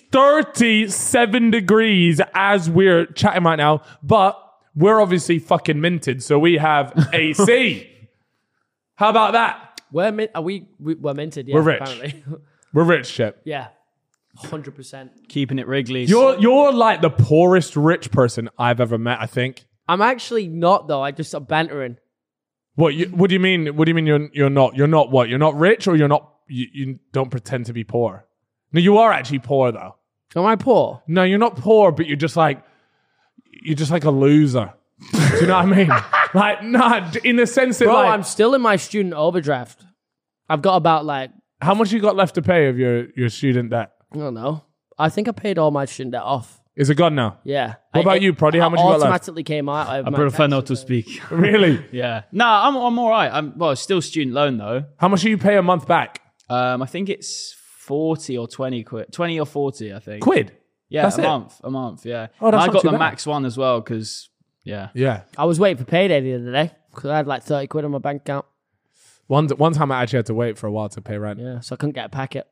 [SPEAKER 1] 37 degrees as we're chatting right now, but we're obviously fucking minted, so we [LAUGHS] have AC. How about that?
[SPEAKER 2] We're min- are we, we we're minted, yeah.
[SPEAKER 1] We're rich.
[SPEAKER 2] Apparently. [LAUGHS]
[SPEAKER 1] We're rich, Shep.
[SPEAKER 2] yeah. Hundred percent.
[SPEAKER 3] Keeping it Wrigley's.
[SPEAKER 1] You're you're like the poorest rich person I've ever met. I think.
[SPEAKER 2] I'm actually not though, I just am bantering.
[SPEAKER 1] What you, What do you mean? What do you mean? You're you're not you're not what? You're not rich, or you're not you, you don't pretend to be poor. No, you are actually poor though.
[SPEAKER 2] Am I poor?
[SPEAKER 1] No, you're not poor, but you're just like you're just like a loser. Do you know what I mean? [LAUGHS] Like, nah, in the sense that
[SPEAKER 2] Bro,
[SPEAKER 1] like,
[SPEAKER 2] I'm still in my student overdraft. I've got about like
[SPEAKER 1] how much you got left to pay of your your student debt?
[SPEAKER 2] I don't know. I think I paid all my student debt off.
[SPEAKER 1] Is it gone now?
[SPEAKER 2] Yeah.
[SPEAKER 1] What about you, Proddy? How much you got left?
[SPEAKER 2] Automatically came out. Of
[SPEAKER 3] I
[SPEAKER 2] my
[SPEAKER 3] prefer
[SPEAKER 2] tax
[SPEAKER 3] not to
[SPEAKER 2] return.
[SPEAKER 3] speak.
[SPEAKER 1] [LAUGHS] Really?
[SPEAKER 3] [LAUGHS] Yeah. No, I'm I'm all right. I'm well, it's still student loan though.
[SPEAKER 1] How much do you pay a month back?
[SPEAKER 3] Um, I think it's forty or twenty quid, twenty or forty. I think.
[SPEAKER 1] Quid.
[SPEAKER 3] Yeah,
[SPEAKER 1] That's
[SPEAKER 3] a
[SPEAKER 1] it.
[SPEAKER 3] month. A month. Yeah.
[SPEAKER 1] Oh, that's
[SPEAKER 3] And I
[SPEAKER 1] not
[SPEAKER 3] got
[SPEAKER 1] too
[SPEAKER 3] the
[SPEAKER 1] bad.
[SPEAKER 3] max one as well because yeah.
[SPEAKER 1] Yeah.
[SPEAKER 2] I was waiting for payday the other day because I had like 30 quid on my bank account.
[SPEAKER 1] One one time I actually had to wait for a while to pay rent.
[SPEAKER 2] Yeah, so I couldn't get a packet.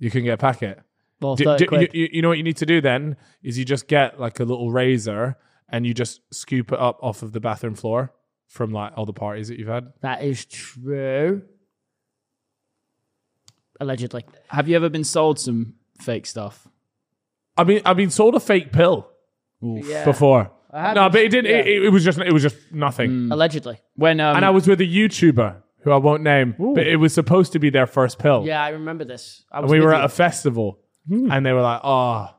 [SPEAKER 1] You can get a packet.
[SPEAKER 2] Well,
[SPEAKER 1] Do-
[SPEAKER 2] 30
[SPEAKER 1] do-
[SPEAKER 2] quid.
[SPEAKER 1] you, you know what you need to do then is you just get like a little razor and you just scoop it up off of the bathroom floor from like all the parties that you've had.
[SPEAKER 2] that is true. Allegedly.
[SPEAKER 3] Have you ever been sold some fake stuff?
[SPEAKER 1] I mean, I've been sold a fake pill
[SPEAKER 2] Yeah.
[SPEAKER 1] before.
[SPEAKER 2] had
[SPEAKER 1] No, but it didn't. It, it was just it was just nothing.
[SPEAKER 2] Allegedly.
[SPEAKER 3] When um,
[SPEAKER 1] And I was with a YouTuber who I won't name, but it was supposed to be their first pill.
[SPEAKER 2] Yeah, I remember this. I
[SPEAKER 1] And
[SPEAKER 2] was
[SPEAKER 1] we
[SPEAKER 2] with
[SPEAKER 1] were
[SPEAKER 2] you. Hmm.
[SPEAKER 1] at a festival and they were like, oh,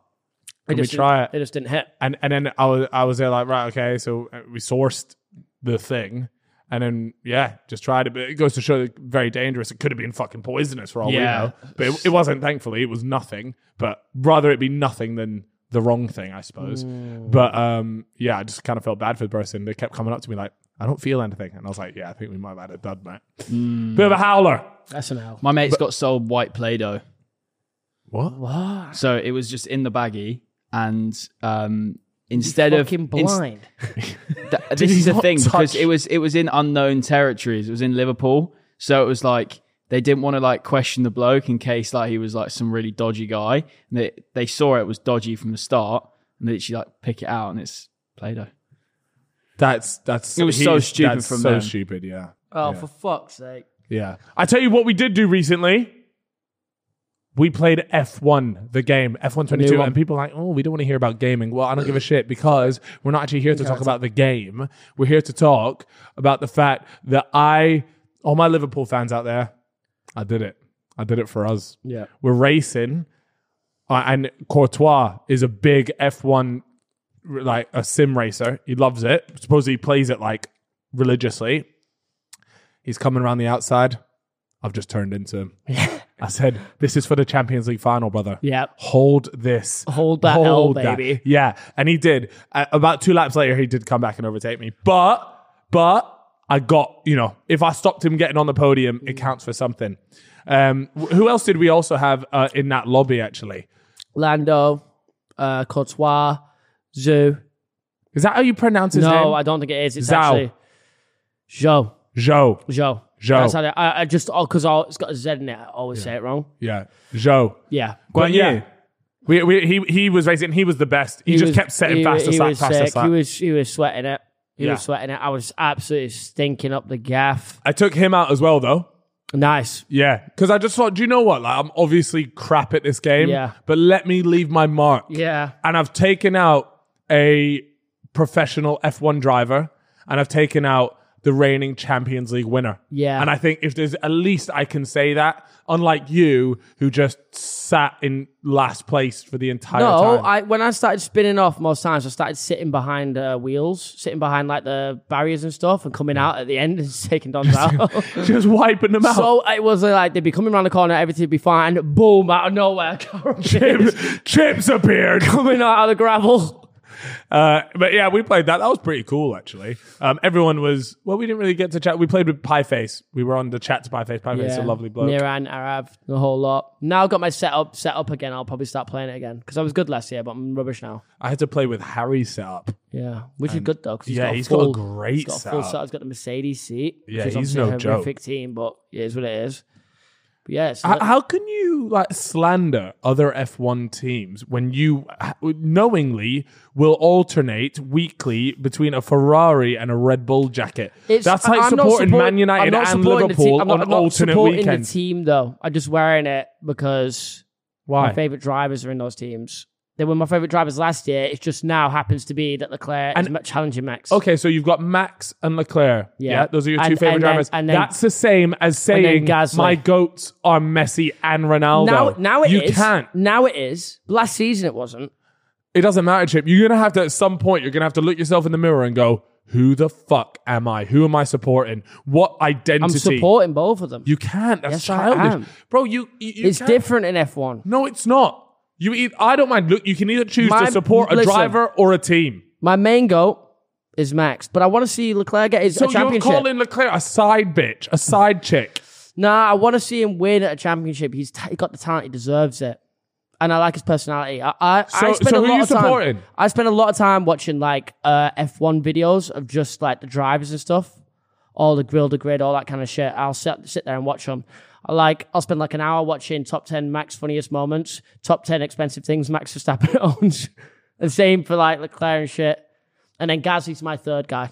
[SPEAKER 2] They
[SPEAKER 1] can we
[SPEAKER 2] just
[SPEAKER 1] try
[SPEAKER 2] didn't-
[SPEAKER 1] it?
[SPEAKER 2] They just didn't hit.
[SPEAKER 1] and and then I was I was there like right okay so uh, we sourced the thing and then yeah just tried it but it goes to show that very dangerous it could have been fucking poisonous for all
[SPEAKER 3] Yeah.
[SPEAKER 1] we know but it, it wasn't thankfully it was nothing but rather it be nothing than the wrong thing I suppose
[SPEAKER 2] Hmm.
[SPEAKER 1] but um yeah I just kind of felt bad for the person they kept coming up to me like I don't feel anything and I was like yeah I think we might have had a dud mate
[SPEAKER 2] Hmm.
[SPEAKER 1] bit of a howler
[SPEAKER 2] That's an L.
[SPEAKER 3] My mate's got sold white Play Doh.
[SPEAKER 1] what
[SPEAKER 2] What?
[SPEAKER 3] So it was just in the baggie. And um, instead of.
[SPEAKER 2] Fucking
[SPEAKER 3] ins-
[SPEAKER 2] blind.
[SPEAKER 3] th- this
[SPEAKER 1] he
[SPEAKER 3] is the
[SPEAKER 1] not
[SPEAKER 3] thing because
[SPEAKER 1] touch-
[SPEAKER 3] it was it was in unknown territories. It was in Liverpool, so it was like they didn't want to like question the bloke in case like he was like some really dodgy guy, and they they saw it was dodgy from the start, and they literally like pick it out and it's Play-Doh.
[SPEAKER 1] that's that's
[SPEAKER 3] It was so
[SPEAKER 1] he's-
[SPEAKER 3] stupid
[SPEAKER 1] that's
[SPEAKER 3] from
[SPEAKER 1] so
[SPEAKER 3] them. Uh,
[SPEAKER 1] stupid yeah
[SPEAKER 2] Oh, for fuck's sake.
[SPEAKER 1] Yeah. I tell you what we did do recently. We played F1, the game, F1 22,
[SPEAKER 2] one.
[SPEAKER 1] and people are like, oh, we don't want to hear about gaming. Well, I don't give a shit because we're not actually here to talk about the game. We're here to talk about the fact that I, all my Liverpool fans out there, I did it. I did it for us.
[SPEAKER 2] Yeah.
[SPEAKER 1] We're racing, uh, and Courtois is a big F1, r- like a sim racer. He loves it. Supposedly he plays it like religiously. He's coming around the outside. I've just turned into him. I said, "This is for the Champions League final, brother.
[SPEAKER 2] Yeah.
[SPEAKER 1] hold this,
[SPEAKER 2] Hold that L,
[SPEAKER 1] that.
[SPEAKER 2] baby.
[SPEAKER 1] Yeah." And he did. Uh, about two laps later, he did come back and overtake me. But, but I got you know, if I stopped him getting on the podium,
[SPEAKER 2] Mm.
[SPEAKER 1] it counts for something. Um, wh- who else did we also have uh, in that lobby? Actually,
[SPEAKER 2] Lando, uh, Courtois, Zoo.
[SPEAKER 1] is that how you pronounce his
[SPEAKER 2] no,
[SPEAKER 1] name?
[SPEAKER 2] I don't think it is. It's
[SPEAKER 1] Zhao.
[SPEAKER 2] actually Joe.
[SPEAKER 1] Joe.
[SPEAKER 2] Joe.
[SPEAKER 1] Zhao.
[SPEAKER 2] That's how they- I, I just, oh, because it's got a Z in it. I always say it wrong.
[SPEAKER 1] Yeah, Joe.
[SPEAKER 2] Yeah.
[SPEAKER 1] But
[SPEAKER 3] Guan Yu.
[SPEAKER 1] yeah. We, we, he he was racing. He was the best. He, just
[SPEAKER 2] was-
[SPEAKER 1] kept setting
[SPEAKER 2] he-
[SPEAKER 1] faster,
[SPEAKER 2] he
[SPEAKER 1] slap,
[SPEAKER 2] was
[SPEAKER 1] faster,
[SPEAKER 2] sick.
[SPEAKER 1] slap.
[SPEAKER 2] He was, he was sweating it. He
[SPEAKER 1] Yeah.
[SPEAKER 2] was sweating it. I was absolutely stinking up the gaff.
[SPEAKER 1] I took him out as well, though.
[SPEAKER 2] Nice.
[SPEAKER 1] Yeah, because I just thought, do you know what? Like, I'm obviously crap at this game.
[SPEAKER 2] Yeah.
[SPEAKER 1] But let me leave my mark.
[SPEAKER 2] Yeah.
[SPEAKER 1] And I've taken out a professional F1 driver, and I've taken out the reigning Champions League winner.
[SPEAKER 2] Yeah.
[SPEAKER 1] And I think if there's at least I can say that, unlike you, who just sat in last place for the entire
[SPEAKER 2] No,
[SPEAKER 1] time.
[SPEAKER 2] I when I started spinning off most times, I started sitting behind uh, wheels, sitting behind like the barriers and stuff, and coming out at the end and [LAUGHS] just taking
[SPEAKER 1] [LAUGHS]
[SPEAKER 2] dons out.
[SPEAKER 1] [LAUGHS] just wiping them out.
[SPEAKER 2] so it was uh, like they'd be coming around the corner, everything'd be fine. Boom, out of nowhere, [LAUGHS] car
[SPEAKER 1] Chips, chips appeared. [LAUGHS]
[SPEAKER 2] coming out of the gravel.
[SPEAKER 1] Uh, but yeah, we played that. That was pretty cool, actually. Um, everyone was well. We didn't really get to chat. We played with Pieface. We were on the chat to Pieface. Pieface is a lovely bloke.
[SPEAKER 2] Miran, Arab, the whole lot. Now I've got my setup set up again. I'll probably start playing it again because I was good last year, but I'm rubbish now.
[SPEAKER 1] I had to play with Harry setup.
[SPEAKER 2] Yeah, which is good though. 'cause
[SPEAKER 1] yeah,
[SPEAKER 2] got a
[SPEAKER 1] he's got a
[SPEAKER 2] full,
[SPEAKER 1] great
[SPEAKER 2] he's got a full
[SPEAKER 1] setup.
[SPEAKER 2] setup. He's got the Mercedes seat.
[SPEAKER 1] Yeah,
[SPEAKER 2] which is
[SPEAKER 1] he's
[SPEAKER 2] obviously
[SPEAKER 1] no
[SPEAKER 2] a
[SPEAKER 1] joke.
[SPEAKER 2] horrific team, but it is what it is. But yeah, it's
[SPEAKER 1] How, how can you like slander other F1 teams when you ha- knowingly will alternate weekly between a Ferrari and a Red Bull jacket?
[SPEAKER 2] It's-
[SPEAKER 1] That's
[SPEAKER 2] I-
[SPEAKER 1] like
[SPEAKER 2] I'm not
[SPEAKER 1] supporting Man
[SPEAKER 2] supporting- I'm
[SPEAKER 1] United
[SPEAKER 2] not
[SPEAKER 1] and
[SPEAKER 2] supporting the team-
[SPEAKER 1] Liverpool
[SPEAKER 2] I'm not-
[SPEAKER 1] on
[SPEAKER 2] I'm not
[SPEAKER 1] alternate
[SPEAKER 2] supporting
[SPEAKER 1] weekends.
[SPEAKER 2] the team though. I'm just wearing it because
[SPEAKER 1] Why?
[SPEAKER 2] my favorite drivers are in those teams. They were my favorite drivers last year. It just now happens to be that Leclerc is
[SPEAKER 1] And-
[SPEAKER 2] ma- challenging Max.
[SPEAKER 1] Okay, so you've got Max and Leclerc. Yeah,
[SPEAKER 2] Yeah.
[SPEAKER 1] those are your two
[SPEAKER 2] And-
[SPEAKER 1] favorite
[SPEAKER 2] and then-
[SPEAKER 1] drivers.
[SPEAKER 2] and then-
[SPEAKER 1] That's the same as
[SPEAKER 2] then
[SPEAKER 1] saying
[SPEAKER 2] Gasly.
[SPEAKER 1] my goats are Messi and Ronaldo.
[SPEAKER 2] Now, now it
[SPEAKER 1] you
[SPEAKER 2] is-
[SPEAKER 1] can't.
[SPEAKER 2] Now it is. Last season it wasn't.
[SPEAKER 1] It doesn't matter, Chip. You're gonna have to at some point. You're gonna have to look yourself in the mirror and go, "Who the fuck am I? Who am I supporting? What
[SPEAKER 2] I'm
[SPEAKER 1] identity?"
[SPEAKER 2] supporting both of them.
[SPEAKER 1] you can't. That's
[SPEAKER 2] Yes, I
[SPEAKER 1] childish,
[SPEAKER 2] am.
[SPEAKER 1] bro. You. you, you
[SPEAKER 2] it's
[SPEAKER 1] can't-
[SPEAKER 2] different in F1.
[SPEAKER 1] No, it's not. You. Either, I don't mind. Look, you can either choose
[SPEAKER 2] My-
[SPEAKER 1] to support a
[SPEAKER 2] listen.
[SPEAKER 1] driver or a team.
[SPEAKER 2] My main goat is Max, but I want to see Leclerc get his
[SPEAKER 1] So
[SPEAKER 2] a
[SPEAKER 1] you're
[SPEAKER 2] championship.
[SPEAKER 1] calling Leclerc a side bitch, a side chick.
[SPEAKER 2] Nah, I want to see him win at a championship. He's t- he got the talent. He deserves it. And I like his personality. I, I, I
[SPEAKER 1] So-
[SPEAKER 2] spend
[SPEAKER 1] so
[SPEAKER 2] a
[SPEAKER 1] who
[SPEAKER 2] lot
[SPEAKER 1] you
[SPEAKER 2] of time,
[SPEAKER 1] supporting?
[SPEAKER 2] I spend a lot of time watching like uh, F1 videos of just like the drivers and stuff, all the grill, the grid, all that kind of shit. I'll sit, sit there and watch them. I like I'll spend like an hour watching top ten Max funniest moments, top ten expensive things Max Verstappen [LAUGHS] owns. the same for like Leclerc and shit. And then Gasly's my third guy.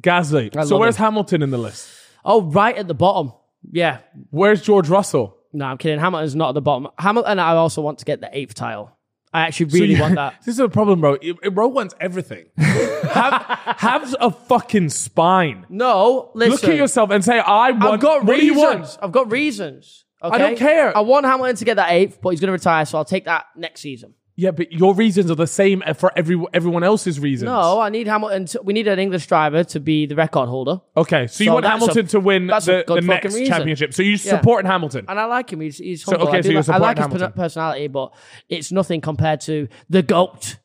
[SPEAKER 1] Gasly. so
[SPEAKER 2] love
[SPEAKER 1] where's
[SPEAKER 2] him.
[SPEAKER 1] Hamilton in the list?
[SPEAKER 2] Oh, right at the bottom. Yeah,
[SPEAKER 1] Where's George Russell?
[SPEAKER 2] No, I'm kidding. Hamilton's not at the bottom. Hamilton, I also want to get the eighth title. I actually really
[SPEAKER 1] you- [LAUGHS]
[SPEAKER 2] want that.
[SPEAKER 1] This is a problem, bro. I- Ro wants everything. [LAUGHS] have, have a fucking spine.
[SPEAKER 2] No, listen.
[SPEAKER 1] Look at yourself and say, I want.
[SPEAKER 2] I've got
[SPEAKER 1] what do you want?
[SPEAKER 2] reasons. I've got reasons. Okay?
[SPEAKER 1] don't care.
[SPEAKER 2] I want Hamilton to get that eighth, but he's going to retire, so I'll take that next season.
[SPEAKER 1] Yeah, but your reasons are the same for every everyone else's reasons.
[SPEAKER 2] No, I need Hamilton. To, we need an English driver to be the record holder,
[SPEAKER 1] Okay, so, you
[SPEAKER 2] So
[SPEAKER 1] want
[SPEAKER 2] that's
[SPEAKER 1] Hamilton
[SPEAKER 2] a-
[SPEAKER 1] to win
[SPEAKER 2] that's a
[SPEAKER 1] the,
[SPEAKER 2] good
[SPEAKER 1] the
[SPEAKER 2] fucking
[SPEAKER 1] next
[SPEAKER 2] reason.
[SPEAKER 1] championship. So you support Hamilton.
[SPEAKER 2] and I like him. He's, he's humble.
[SPEAKER 1] okay,
[SPEAKER 2] I,
[SPEAKER 1] so
[SPEAKER 2] do
[SPEAKER 1] you're
[SPEAKER 2] like- I
[SPEAKER 1] supporting
[SPEAKER 2] like his per-
[SPEAKER 1] Hamilton.
[SPEAKER 2] personality, but it's nothing compared to the goat,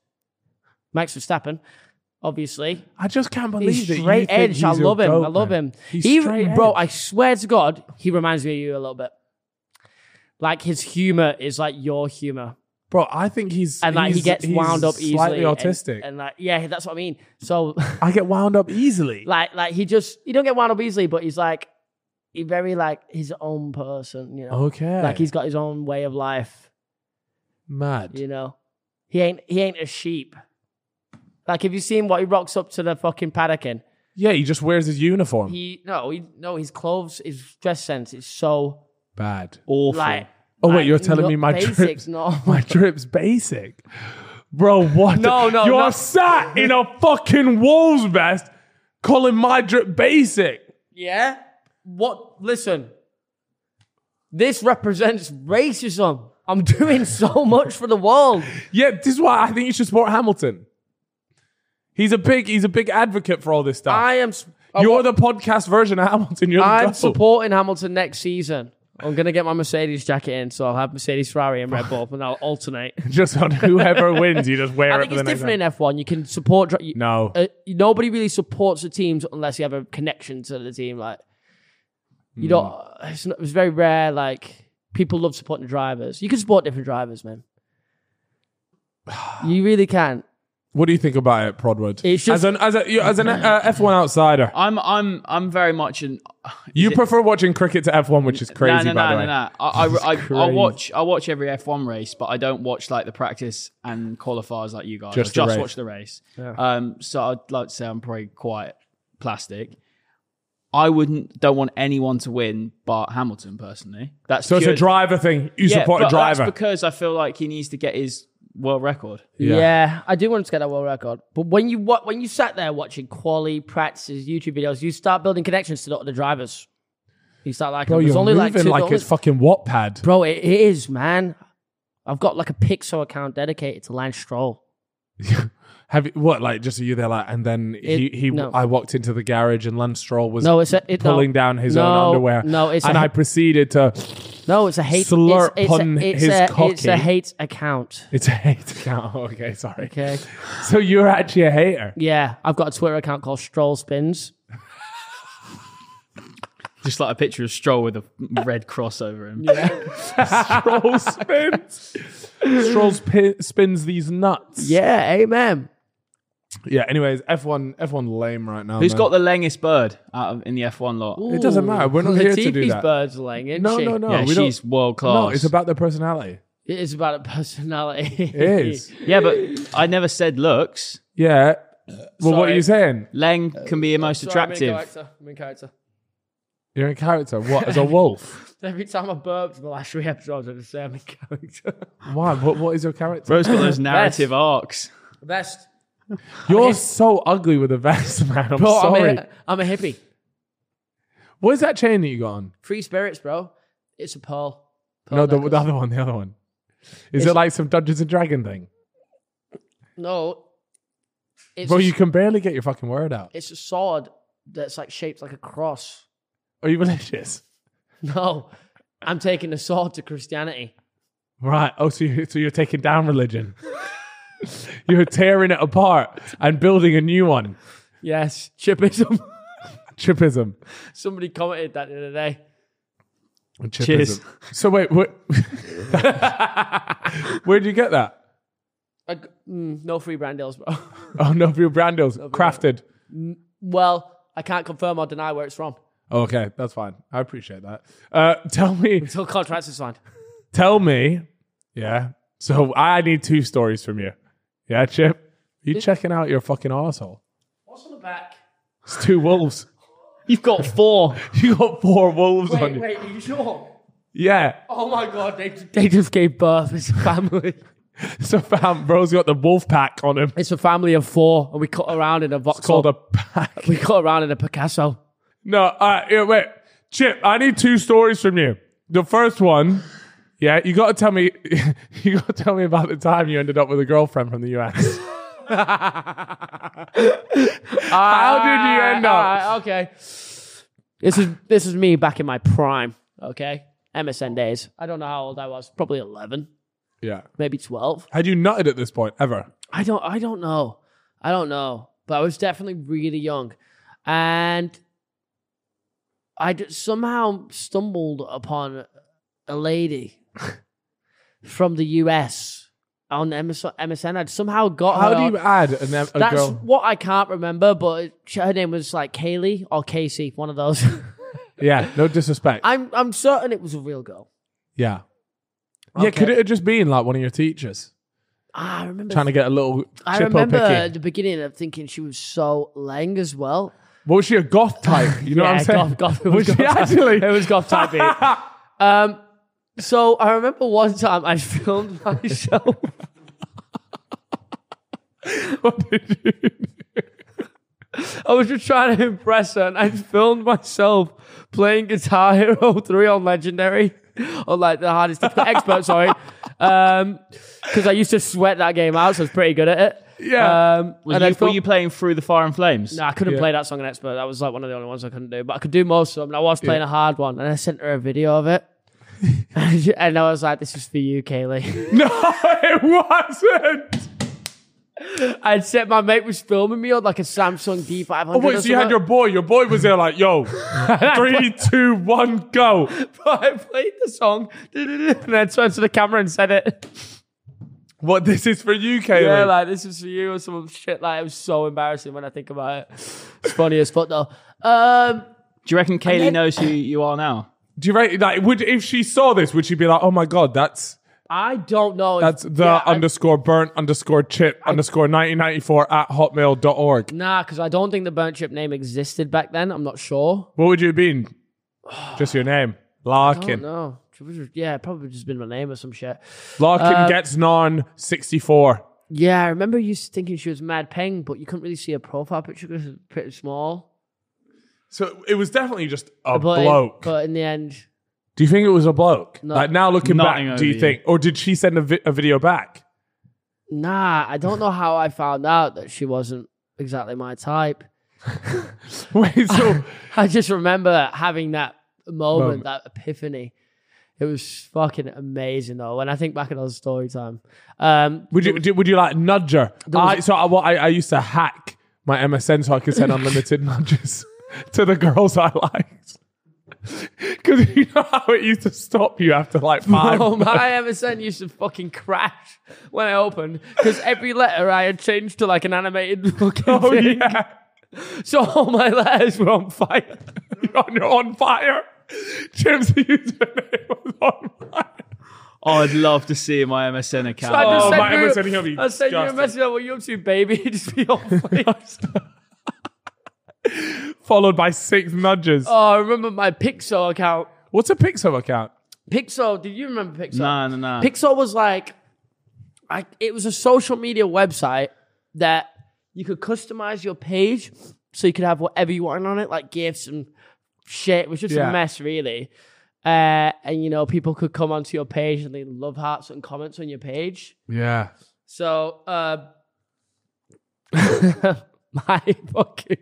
[SPEAKER 2] Max Verstappen. Obviously,
[SPEAKER 1] I just can't believe
[SPEAKER 2] he's
[SPEAKER 1] that you
[SPEAKER 2] straight
[SPEAKER 1] think
[SPEAKER 2] edge. I
[SPEAKER 1] he's a
[SPEAKER 2] love him.
[SPEAKER 1] goat,
[SPEAKER 2] I love
[SPEAKER 1] man.
[SPEAKER 2] him.
[SPEAKER 1] He's
[SPEAKER 2] he,
[SPEAKER 1] straight
[SPEAKER 2] bro,
[SPEAKER 1] edge.
[SPEAKER 2] I swear to God, he reminds me of you a little bit. Like his humor is like your humor.
[SPEAKER 1] bro, I think he's
[SPEAKER 2] and like he
[SPEAKER 1] he's-
[SPEAKER 2] gets
[SPEAKER 1] he's
[SPEAKER 2] wound up easily,
[SPEAKER 1] slightly
[SPEAKER 2] and-
[SPEAKER 1] autistic.
[SPEAKER 2] and, like yeah, that's what I mean. So [LAUGHS]
[SPEAKER 1] I get wound up easily.
[SPEAKER 2] like like he just he don't get wound up easily, but he's like he very like his own person, you know.
[SPEAKER 1] okay,
[SPEAKER 2] Like he's got his own way of life,
[SPEAKER 1] mad.
[SPEAKER 2] you know. He ain't he ain't a sheep. Like have you seen what he rocks up to the fucking paddock in?
[SPEAKER 1] Yeah, he just wears his uniform.
[SPEAKER 2] He no he no his clothes his dress sense is so
[SPEAKER 1] Bad.
[SPEAKER 3] Awful.
[SPEAKER 2] like.
[SPEAKER 1] Oh wait,
[SPEAKER 2] like,
[SPEAKER 1] you're telling me
[SPEAKER 2] not
[SPEAKER 1] my
[SPEAKER 2] basics,
[SPEAKER 1] trips,
[SPEAKER 2] no.
[SPEAKER 1] [LAUGHS]
[SPEAKER 2] [LAUGHS]
[SPEAKER 1] my trips basic, bro. What?
[SPEAKER 2] No, no,
[SPEAKER 1] You
[SPEAKER 2] no.
[SPEAKER 1] are sat in a fucking wolves vest, calling my drip basic.
[SPEAKER 2] Yeah. What? Listen. This represents racism. I'm doing so [LAUGHS] much for the world.
[SPEAKER 1] Yeah, this is why I think you should support Hamilton. He's a big, he's a big advocate for all this stuff.
[SPEAKER 2] I am. s- I
[SPEAKER 1] You're
[SPEAKER 2] wa-
[SPEAKER 1] the podcast version of Hamilton. You're the
[SPEAKER 2] I'm
[SPEAKER 1] goat.
[SPEAKER 2] supporting Hamilton next season. I'm gonna get my Mercedes jacket in, so I'll have Mercedes, Ferrari, and Red Bull, and I'll alternate.
[SPEAKER 1] just on whoever wins. You just wear
[SPEAKER 2] [LAUGHS] I
[SPEAKER 1] it.
[SPEAKER 2] think
[SPEAKER 1] for
[SPEAKER 2] it's
[SPEAKER 1] the next
[SPEAKER 2] different in
[SPEAKER 1] round.
[SPEAKER 2] F1. You can support. dri- you-
[SPEAKER 1] No,
[SPEAKER 2] uh, nobody really supports the teams unless you have a connection to the team. Like, you don't.
[SPEAKER 1] Hmm.
[SPEAKER 2] It's, not, it's very rare. Like, people love supporting drivers. You can support different drivers, man.
[SPEAKER 1] [SIGHS]
[SPEAKER 2] You really can.
[SPEAKER 1] what do you think about it, Prodwood?
[SPEAKER 2] It's just-
[SPEAKER 1] as an as a you- as an uh, F1 outsider,
[SPEAKER 3] I'm I'm I'm very much an
[SPEAKER 1] you prefer watching cricket to F1, which is crazy.
[SPEAKER 3] no, no,
[SPEAKER 1] by
[SPEAKER 3] no,
[SPEAKER 1] the way,
[SPEAKER 3] no, no. I, I, I, I
[SPEAKER 1] crazy.
[SPEAKER 3] watch I watch every F1 race, but I don't watch like the practice and qualifiers like you guys.
[SPEAKER 1] Just
[SPEAKER 3] I
[SPEAKER 1] the
[SPEAKER 3] just
[SPEAKER 1] race.
[SPEAKER 3] watch the race. Um, so I'd like to say I'm probably quite plastic. I wouldn't don't want anyone to win, but Hamilton personally. That's
[SPEAKER 1] so it's a
[SPEAKER 3] pure-
[SPEAKER 1] driver thing. You
[SPEAKER 3] Yeah,
[SPEAKER 1] support a
[SPEAKER 2] uh,
[SPEAKER 3] but that's
[SPEAKER 1] driver.
[SPEAKER 3] because I feel like he needs to get his world record.
[SPEAKER 1] Yeah.
[SPEAKER 2] Yeah. I do want him to get that world record. But when you wa- when you sat there watching quali practices, YouTube videos, you start building connections to the other drivers. You start like,
[SPEAKER 1] Bro,
[SPEAKER 2] there's
[SPEAKER 1] Oh, you're
[SPEAKER 2] only like
[SPEAKER 1] moving
[SPEAKER 2] two.
[SPEAKER 1] like,
[SPEAKER 2] only-
[SPEAKER 1] it's fucking Wattpad.
[SPEAKER 2] bro, it is, man. I've got like a Pixar account dedicated to Lance Stroll.
[SPEAKER 1] Have you, what like just you there like and then he
[SPEAKER 2] It-
[SPEAKER 1] he
[SPEAKER 2] no.
[SPEAKER 1] I walked into the garage and Lance Stroll was
[SPEAKER 2] No, it's a, it, no.
[SPEAKER 1] pulling down his
[SPEAKER 2] No,
[SPEAKER 1] own underwear.
[SPEAKER 2] No, it's
[SPEAKER 1] and
[SPEAKER 2] a,
[SPEAKER 1] I proceeded to
[SPEAKER 2] no, it's a hate
[SPEAKER 1] slurp
[SPEAKER 2] it's, it's
[SPEAKER 1] on
[SPEAKER 2] a, it's
[SPEAKER 1] his
[SPEAKER 2] a,
[SPEAKER 1] cocky.
[SPEAKER 2] It's a hate account.
[SPEAKER 1] it's a hate account. [LAUGHS] Okay, sorry.
[SPEAKER 2] Okay.
[SPEAKER 1] So you're actually a
[SPEAKER 2] [LAUGHS]
[SPEAKER 1] hater.
[SPEAKER 2] Yeah, I've got a Twitter account called Stroll Spins.
[SPEAKER 3] Just like a picture of Stroll with a red cross over him.
[SPEAKER 1] Stroll spins. Stroll spi- spins these nuts.
[SPEAKER 2] Yeah, amen.
[SPEAKER 1] Yeah. Anyways, F1 F1 lame right now.
[SPEAKER 3] Who's
[SPEAKER 1] man.
[SPEAKER 3] got the longest bird out of, in the F1 lot?
[SPEAKER 1] It doesn't matter. We're not here to do
[SPEAKER 2] Latifi's
[SPEAKER 1] that.
[SPEAKER 2] bird's laying, isn't
[SPEAKER 1] No,
[SPEAKER 2] she?
[SPEAKER 1] no, no.
[SPEAKER 3] yeah,
[SPEAKER 1] we
[SPEAKER 3] she's
[SPEAKER 1] don't,
[SPEAKER 3] world class.
[SPEAKER 1] no, it's about their personality.
[SPEAKER 2] It is about a personality.
[SPEAKER 1] It is.
[SPEAKER 3] yeah, but I never said looks.
[SPEAKER 1] yeah. Well, what are you saying?
[SPEAKER 3] Lang can be most
[SPEAKER 2] [LAUGHS] Uh, Sorry, I'm in
[SPEAKER 3] attractive.
[SPEAKER 2] character. I'm in character.
[SPEAKER 1] You're in character. What?
[SPEAKER 2] [LAUGHS]
[SPEAKER 1] As a wolf?
[SPEAKER 2] Every time I burped in the last three episodes, I just say I'm in character. [LAUGHS]
[SPEAKER 1] Why? What, what is your character?
[SPEAKER 3] Bro's got [LAUGHS] those narrative arcs.
[SPEAKER 2] Best.
[SPEAKER 1] You're so ugly with a vest, [LAUGHS] man. I'm
[SPEAKER 2] Bro,
[SPEAKER 1] sorry.
[SPEAKER 2] Oh, I'm a, I'm a hippie.
[SPEAKER 1] What is that chain that you got on?
[SPEAKER 2] Free spirits, bro. It's a pearl. pearl
[SPEAKER 1] No, the,
[SPEAKER 2] necklace.
[SPEAKER 1] the other one. The other one. Is it like some Dungeons and Dragon thing?
[SPEAKER 2] No. It's,
[SPEAKER 1] Bro,
[SPEAKER 2] a,
[SPEAKER 1] you can barely get your fucking word out.
[SPEAKER 2] it's a sword that's like shaped like a cross. [LAUGHS]
[SPEAKER 1] Are you religious?
[SPEAKER 2] No. I'm taking the sword to Christianity.
[SPEAKER 1] Right. Oh, so, you, so you're taking down religion. [LAUGHS] you're tearing it apart and building a new one.
[SPEAKER 2] Yes. Chipism.
[SPEAKER 1] Chipism.
[SPEAKER 2] [LAUGHS] Somebody commented that the other day.
[SPEAKER 1] Chipism.
[SPEAKER 3] Cheers.
[SPEAKER 1] So wait, where, [LAUGHS] where'd you get that?
[SPEAKER 2] I g- mm, no free brand deals, bro. [LAUGHS]
[SPEAKER 1] Oh, no, for your brand deals. Crafted.
[SPEAKER 2] well, I can't confirm or deny where it's from.
[SPEAKER 1] Oh, okay, that's fine. I appreciate that. Uh, tell me,
[SPEAKER 2] Until contracts are signed.
[SPEAKER 1] tell me. Yeah. So I need two stories from you. Yeah, Chip. You checking out your fucking asshole?
[SPEAKER 2] What's on the back?
[SPEAKER 1] It's two wolves. [LAUGHS]
[SPEAKER 3] You've got four.
[SPEAKER 1] You got four wolves on
[SPEAKER 2] Wait,
[SPEAKER 1] you.
[SPEAKER 2] wait, are you sure?
[SPEAKER 1] Yeah.
[SPEAKER 2] Oh my god, they, they just gave birth as a family.
[SPEAKER 1] So fam, bro's got the wolf pack on him.
[SPEAKER 2] It's a family of four, and we cut around in a
[SPEAKER 1] It's called a
[SPEAKER 2] Vauxhall.
[SPEAKER 1] pack. [LAUGHS]
[SPEAKER 2] we cut around in a Picasso.
[SPEAKER 1] No, all right, here, wait. Chip, I need two stories from you. The first one, yeah, you gotta tell me [LAUGHS] you gotta tell me about the time you ended up with a girlfriend from the [LAUGHS] US. How did you end
[SPEAKER 2] All
[SPEAKER 1] up?
[SPEAKER 2] right, Uh, okay. This is this is me back in my prime. Okay, MSN days. I don't know how old I was. Probably eleven,
[SPEAKER 1] Yeah.
[SPEAKER 2] maybe twelve.
[SPEAKER 1] Had you nutted at this point ever?
[SPEAKER 2] I don't. I don't know. I don't know. But I was definitely really young, and I d- somehow stumbled upon a
[SPEAKER 1] [LAUGHS]
[SPEAKER 2] lady from the US on MSN. MSN. I'd somehow got
[SPEAKER 1] How
[SPEAKER 2] her
[SPEAKER 1] do
[SPEAKER 2] on-
[SPEAKER 1] you add an, a
[SPEAKER 2] That's
[SPEAKER 1] girl?
[SPEAKER 2] what I can't remember, but she- her name was like Kaylee or Casey, one of those. [LAUGHS]
[SPEAKER 1] Yeah, no disrespect.
[SPEAKER 2] I'm I'm certain it was a real girl.
[SPEAKER 1] yeah. Yeah, could it have just been like one of your teachers
[SPEAKER 2] Ah, I remember.
[SPEAKER 1] trying to get a little
[SPEAKER 2] I
[SPEAKER 1] chippo
[SPEAKER 2] remember
[SPEAKER 1] picky?
[SPEAKER 2] at the beginning of thinking she was so lang as well.
[SPEAKER 1] But was she a goth type? You know
[SPEAKER 2] yeah,
[SPEAKER 1] what I'm saying?
[SPEAKER 2] goth, goth, it
[SPEAKER 1] was
[SPEAKER 2] was
[SPEAKER 1] she
[SPEAKER 2] goth type-
[SPEAKER 1] actually?
[SPEAKER 2] It was goth type. beat. um, so I remember one time I [LAUGHS] filmed myself.
[SPEAKER 1] [LAUGHS] What did
[SPEAKER 2] [LAUGHS] Uh,
[SPEAKER 1] you do?
[SPEAKER 2] I was just trying to impress her, and I filmed myself playing Guitar Hero 3 on Legendary, [LAUGHS] or like the hardest to play, expert, sorry. Um, because I used to sweat that game out, so I was pretty good at it.
[SPEAKER 1] Yeah. [LAUGHS]
[SPEAKER 2] Um,
[SPEAKER 3] Was
[SPEAKER 2] and
[SPEAKER 3] you,
[SPEAKER 2] I
[SPEAKER 3] were you playing through the fire and flames?
[SPEAKER 2] no, I couldn't
[SPEAKER 1] Yeah.
[SPEAKER 2] play that song on expert. That was like one of the only ones I couldn't do, but I could do most of them. And I was playing a hard one, and I sent her a video of it. [LAUGHS] and she- and I was like, "This is for you, Kaylee." [LAUGHS]
[SPEAKER 1] No, it wasn't.
[SPEAKER 2] I'd said my mate was filming me on like a Samsung D500.
[SPEAKER 1] Oh, wait,
[SPEAKER 2] or
[SPEAKER 1] so you had
[SPEAKER 2] something.
[SPEAKER 1] your boy. Your boy was there like,
[SPEAKER 2] [LAUGHS]
[SPEAKER 1] yo, three, two, one, go.
[SPEAKER 2] I played the song, [LAUGHS] and then turned to the camera and said it.
[SPEAKER 1] What, this is for you, Kaylee?
[SPEAKER 2] Yeah, like this is for you or some shit. Like it was so embarrassing when I think about it. It's funny as fuck though. Um,
[SPEAKER 3] Do you reckon Kaylee
[SPEAKER 2] then-
[SPEAKER 3] knows who you are now?
[SPEAKER 1] Do you rate, like, would, if she saw this, would she be like, oh my God, that's,
[SPEAKER 2] I don't know. if-
[SPEAKER 1] that's the
[SPEAKER 2] yeah, I-
[SPEAKER 1] underscore burnt underscore chip underscore 1994 at hotmail.org.
[SPEAKER 2] nah, because I don't think the burnt chip name existed back then. I'm not sure.
[SPEAKER 1] What would you have been? Just your name.
[SPEAKER 2] I
[SPEAKER 1] Larkin.
[SPEAKER 2] don't know. It was just- Yeah, it probably just been my name or some shit.
[SPEAKER 1] Larkin
[SPEAKER 2] Uh,
[SPEAKER 1] gets non 64.
[SPEAKER 2] Yeah, I remember you s- thinking she was Mad Peng, but you couldn't really see her profile picture because it's pretty small.
[SPEAKER 1] So it was definitely just a
[SPEAKER 2] But
[SPEAKER 1] bloke.
[SPEAKER 2] but in the end,
[SPEAKER 1] do you think it was a bloke?
[SPEAKER 2] No.
[SPEAKER 1] like now looking
[SPEAKER 3] Nothing
[SPEAKER 1] back,
[SPEAKER 3] over
[SPEAKER 1] do you
[SPEAKER 3] you.
[SPEAKER 1] think, or did she send a, vi- a video back? [LAUGHS]
[SPEAKER 2] nah, I don't know how I found out that she wasn't exactly my type.
[SPEAKER 1] Wait,
[SPEAKER 2] [LAUGHS]
[SPEAKER 1] so
[SPEAKER 2] I just remember having that moment,
[SPEAKER 1] Moment.
[SPEAKER 2] that epiphany. It was fucking amazing though. When I think back at those story time,
[SPEAKER 1] [LAUGHS]
[SPEAKER 2] um,
[SPEAKER 1] would you did, would you like nudge her?
[SPEAKER 2] was-
[SPEAKER 1] I, so I, what I, I used to hack my MSN so I could send unlimited [LAUGHS] nudges to the girls I liked. [LAUGHS] Because you know how it used to stop you after like
[SPEAKER 2] [LAUGHS]
[SPEAKER 1] five.
[SPEAKER 2] oh, my MSN used to fucking crash when I opened because every letter I had changed to like an animated [LAUGHS] fucking
[SPEAKER 1] [LAUGHS] Oh,
[SPEAKER 2] thing.
[SPEAKER 1] yeah,
[SPEAKER 2] So all my letters were on fire.
[SPEAKER 1] [LAUGHS] you're on, you're on fire. [LAUGHS] Jim's username was on fire.
[SPEAKER 3] Oh, I'd love to see my
[SPEAKER 2] [LAUGHS]
[SPEAKER 3] MSN account.
[SPEAKER 2] I
[SPEAKER 1] Oh,
[SPEAKER 2] just sent
[SPEAKER 1] my
[SPEAKER 2] you-
[SPEAKER 1] MSN, he'll be
[SPEAKER 2] I sent you a
[SPEAKER 1] disgusted.
[SPEAKER 2] message. like, What are you up to, baby? [LAUGHS] Just be on fire.
[SPEAKER 1] [LAUGHS] Followed by six nudges.
[SPEAKER 2] oh, I remember my Pixel account.
[SPEAKER 1] What's a Pixar account?
[SPEAKER 2] Pixel. Did you remember Pixel?
[SPEAKER 3] Oh, no, no, no.
[SPEAKER 2] Pixel was like, I, it was a social media website that you could customize your page so you could have whatever you wanted on it, like gifts and shit. It was just
[SPEAKER 1] Yeah.
[SPEAKER 2] a mess, really. Uh, and you know, people could come onto your page and they love hearts and comments on your page.
[SPEAKER 1] Yeah.
[SPEAKER 2] So, uh, [LAUGHS] my fucking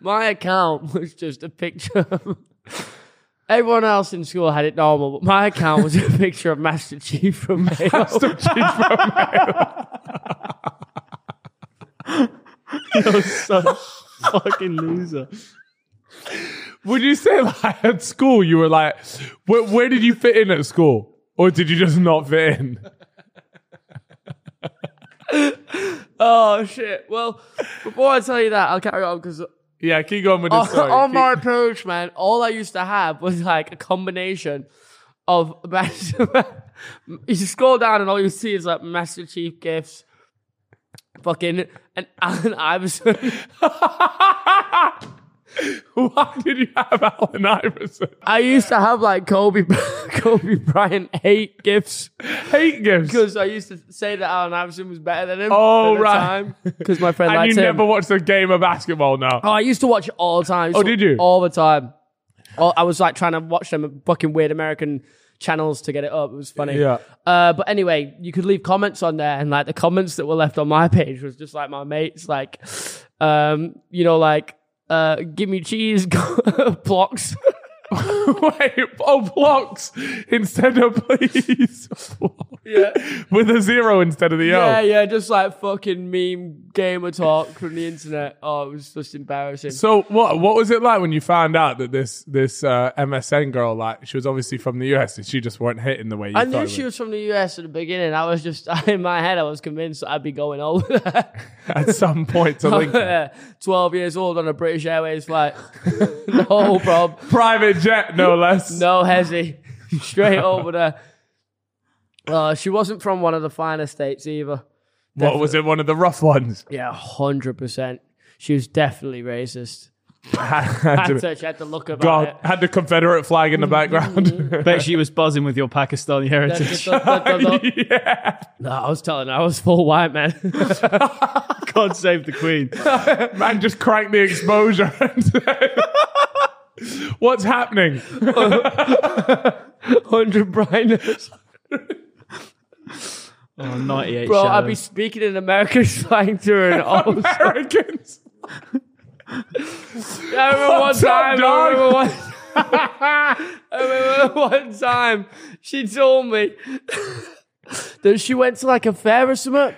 [SPEAKER 2] my account was just a picture. of- [LAUGHS] Everyone else in school had it normal, but my account was a [LAUGHS] picture of Master Chief from Mayo.
[SPEAKER 3] You're such a [LAUGHS] fucking loser.
[SPEAKER 1] [LAUGHS] Would you say like at school you were like, where, where did you fit in at school, or did you just not fit in?
[SPEAKER 2] [LAUGHS] oh shit! Well, before I tell you that, I'll carry on because
[SPEAKER 1] Yeah, keep going with this story.
[SPEAKER 2] [LAUGHS] on
[SPEAKER 1] Keep-
[SPEAKER 2] Oh, my page, man, all I used to have was like a combination of [LAUGHS] Master. you scroll down and all you see is like Master Chief gifts, [LAUGHS] fucking and Alan Iverson.
[SPEAKER 1] [LAUGHS] Why did you have Allen Iverson?
[SPEAKER 2] I used to have like Kobe, [LAUGHS] Kobe Bryant hate gifts
[SPEAKER 1] Hate gifts.
[SPEAKER 2] because I used to say that Allen Iverson was better than him.
[SPEAKER 1] Oh,
[SPEAKER 2] at the
[SPEAKER 1] right.
[SPEAKER 2] time, Because my friend
[SPEAKER 1] And
[SPEAKER 2] liked
[SPEAKER 1] you
[SPEAKER 2] him.
[SPEAKER 1] never watched a game of basketball now.
[SPEAKER 2] Oh, I used to watch it all the time.
[SPEAKER 1] Oh, did you?
[SPEAKER 2] All the time. All, I was like trying to watch them fucking weird American channels to get it up. It was funny.
[SPEAKER 1] Yeah.
[SPEAKER 2] Uh, but anyway, you could leave comments on there, and like the comments that were left on my [LAUGHS] page was just like my mates, like, um, you know, like, uh, give me cheese [LAUGHS] blocks.
[SPEAKER 1] [LAUGHS]
[SPEAKER 2] [LAUGHS]
[SPEAKER 1] Wait, oh, blocks instead of [LAUGHS] please. yeah. With a zero instead of the O.
[SPEAKER 2] Yeah, yeah, just like fucking meme gamer talk from the internet. Oh, it was just embarrassing.
[SPEAKER 1] So what what was it like when you found out that this this uh, MSN girl like she was obviously from the US and she just weren't hitting the way you
[SPEAKER 2] I
[SPEAKER 1] thought?
[SPEAKER 2] knew
[SPEAKER 1] it
[SPEAKER 2] she
[SPEAKER 1] would?
[SPEAKER 2] was from the US at the beginning. I was just [LAUGHS] in my head, I was convinced that I'd be going over there. [LAUGHS]
[SPEAKER 1] [LAUGHS] at some point to link
[SPEAKER 2] Yeah, 12 years old on a British Airways flight. [LAUGHS] no, bro.
[SPEAKER 1] private jet no less.
[SPEAKER 2] [LAUGHS] No hezzy. [LAUGHS] Straight over there. Uh, she wasn't from one of the finer states either.
[SPEAKER 1] what was it? One of the rough ones. [LAUGHS]
[SPEAKER 2] Yeah, 100%. She was definitely racist.
[SPEAKER 1] had
[SPEAKER 2] Had
[SPEAKER 1] to,
[SPEAKER 2] to, she had to look about
[SPEAKER 1] God,
[SPEAKER 2] it. Mm-hmm.
[SPEAKER 1] had the Confederate flag in the [LAUGHS] background.
[SPEAKER 3] [LAUGHS] Bet she was buzzing with your Pakistani
[SPEAKER 2] [LAUGHS]
[SPEAKER 3] heritage.
[SPEAKER 1] [LAUGHS] yeah,
[SPEAKER 2] No, I was telling her, I was full white, man. [LAUGHS]
[SPEAKER 3] God save the Queen.
[SPEAKER 1] man, just crank the exposure. [LAUGHS] and say, What's
[SPEAKER 2] [LAUGHS]
[SPEAKER 1] happening? [LAUGHS]
[SPEAKER 2] 100 brightness.
[SPEAKER 3] Oh, 98
[SPEAKER 2] Bro, I'd be
[SPEAKER 3] shadows.
[SPEAKER 2] speaking in American [LAUGHS] slang
[SPEAKER 1] [LAUGHS]
[SPEAKER 2] to her. And all,
[SPEAKER 1] Americans. [LAUGHS]
[SPEAKER 2] I remember one
[SPEAKER 1] What's up,
[SPEAKER 2] time. I
[SPEAKER 1] dog?
[SPEAKER 2] remember one, [LAUGHS] I remember one time she told me [LAUGHS] that she went to like a fair or something,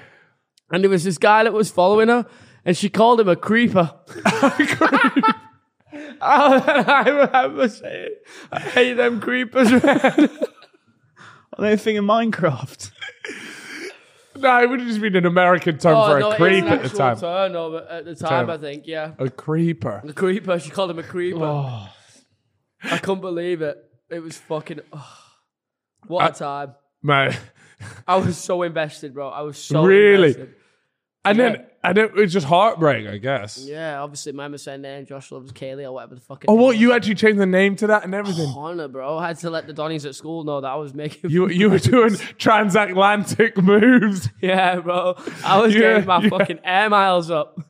[SPEAKER 2] and there was this guy that was following her, and she called him
[SPEAKER 1] [LAUGHS]
[SPEAKER 2] a creeper. [LAUGHS] I remember saying, "I hate them creepers." man."
[SPEAKER 3] Are they a thing in Minecraft?
[SPEAKER 1] No, it would have just been an American term for a
[SPEAKER 2] Oh, no, it is
[SPEAKER 1] creep
[SPEAKER 2] an
[SPEAKER 1] at the
[SPEAKER 2] actual
[SPEAKER 1] time.
[SPEAKER 2] turn over- at the time,
[SPEAKER 1] Term.
[SPEAKER 2] I think, yeah,
[SPEAKER 1] A creeper.
[SPEAKER 2] a creeper. She called him a creeper.
[SPEAKER 1] Oh.
[SPEAKER 2] I couldn't believe it. It was fucking. what a time.
[SPEAKER 1] Man.
[SPEAKER 2] I was so invested, bro. I was so
[SPEAKER 1] Really?
[SPEAKER 2] invested.
[SPEAKER 1] And then and it was just heartbreak, I guess.
[SPEAKER 2] Yeah, obviously my was saying name, Josh loves Kaylee or whatever the fuck.
[SPEAKER 1] Oh, what? You actually changed the name to that and everything.
[SPEAKER 2] Honor, bro. I had to let the Donnies at school know that I was making.
[SPEAKER 1] You you were doing transatlantic moves.
[SPEAKER 2] [LAUGHS]
[SPEAKER 3] [LAUGHS]
[SPEAKER 2] yeah, bro. I was
[SPEAKER 1] Yeah,
[SPEAKER 2] getting my
[SPEAKER 1] yeah.
[SPEAKER 2] fucking air miles up.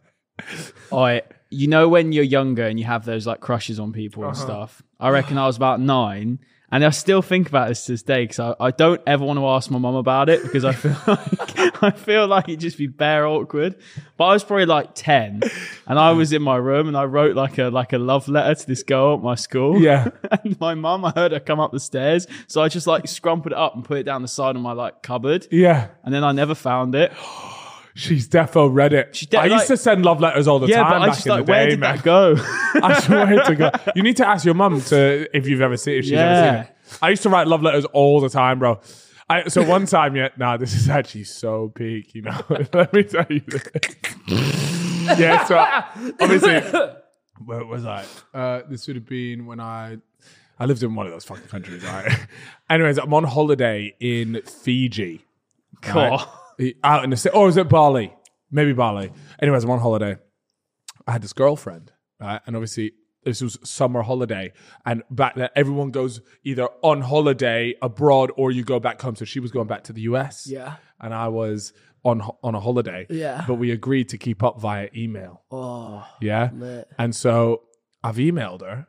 [SPEAKER 3] All right. You know when you're younger and you have those like crushes on people
[SPEAKER 1] Uh-huh.
[SPEAKER 3] and stuff. I reckon I was about nine, and I still think about this to this day because I, I don't ever want to ask my mum about it because I feel [LAUGHS] like I feel like it'd just be bare awkward. But I was probably like ten, and I was in my room and I wrote like a like a love letter to this girl at my school.
[SPEAKER 1] Yeah.
[SPEAKER 3] [LAUGHS] and my mum, I heard her come up the stairs, so I just like scrumpled it up and put it down the side of my like cupboard,
[SPEAKER 1] Yeah.
[SPEAKER 3] and then I never found it.
[SPEAKER 1] She's defo read it.
[SPEAKER 3] de-
[SPEAKER 1] I used
[SPEAKER 3] like-
[SPEAKER 1] to send love letters all the
[SPEAKER 3] Yeah,
[SPEAKER 1] time
[SPEAKER 3] but I
[SPEAKER 1] back
[SPEAKER 3] just
[SPEAKER 1] in
[SPEAKER 3] like,
[SPEAKER 1] the
[SPEAKER 3] where
[SPEAKER 1] day,
[SPEAKER 3] did
[SPEAKER 1] man.
[SPEAKER 3] that go?
[SPEAKER 1] [LAUGHS] I swear to God. You need to ask your mum to if you've ever seen if she's ever
[SPEAKER 3] Yeah.
[SPEAKER 1] seen it. I used to write love letters all the time, bro. I, so one time, yeah, nah, this is actually so peak, you know. [LAUGHS] Let me tell you this. [LAUGHS] yeah, so obviously, where was I? Uh, this would have been when I I lived in one of those fucking countries, right? [LAUGHS] Anyways, I'm on holiday in Fiji.
[SPEAKER 3] Cool.
[SPEAKER 1] [LAUGHS] right? Out in the city. Or is it Bali? Maybe Bali. Anyways, I'm on holiday. I had this girlfriend, right? And obviously, this was summer holiday. And back then, everyone goes either on holiday abroad or you go back home. So she was going back to the US.
[SPEAKER 2] Yeah.
[SPEAKER 1] And I was on ho- on a holiday.
[SPEAKER 2] Yeah.
[SPEAKER 1] But we agreed to keep up via email.
[SPEAKER 2] Oh,
[SPEAKER 1] Yeah.
[SPEAKER 2] lit.
[SPEAKER 1] And so I've emailed her,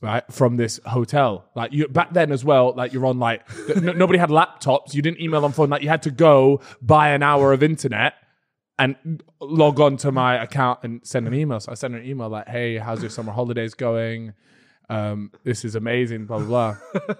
[SPEAKER 1] right, from this hotel. Like you back then as well, like you're on like th- n- nobody had laptops. You didn't email on phone. Like you had to go buy an hour of internet and log on to my account and send an email. So I sent her an email like, "Hey, how's your summer holidays going? Um, this is amazing." Blah blah blah.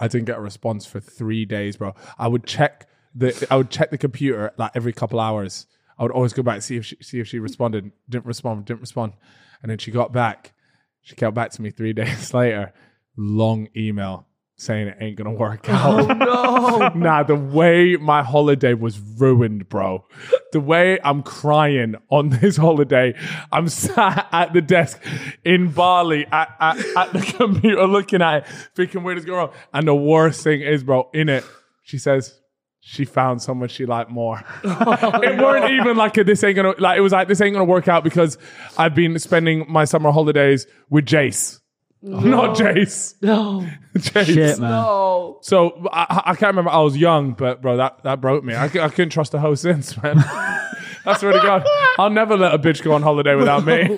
[SPEAKER 1] I didn't get a response for three days, bro. I would check the I would check the computer like every couple hours. I would always go back see if she, see if she responded. Didn't respond. Didn't respond. And then she got back. She got back to me three [LAUGHS] days later. Long email saying it ain't gonna work [LAUGHS] out.
[SPEAKER 2] no.
[SPEAKER 1] Nah, the way my holiday was ruined, bro. The way I'm crying on [LAUGHS] this holiday, I'm sat at the desk in Bali at, at, at the [LAUGHS] computer looking at it, thinking where does it go wrong. And the worst thing is, bro, in it, she says, she found someone she liked more. [LAUGHS] it weren't even like a, this ain't gonna like it was like this ain't gonna work out because I've been spending my summer holidays with Jace. Not Jace. [LAUGHS]
[SPEAKER 2] No.
[SPEAKER 1] Jace.
[SPEAKER 3] [LAUGHS] Shit, man.
[SPEAKER 2] Oh.
[SPEAKER 1] So I, I can't remember. I was young, but bro, that, that broke me. I, cou- I couldn't trust a hoe since, man. [LAUGHS] That's really God. I'll never let a bitch go on holiday without me.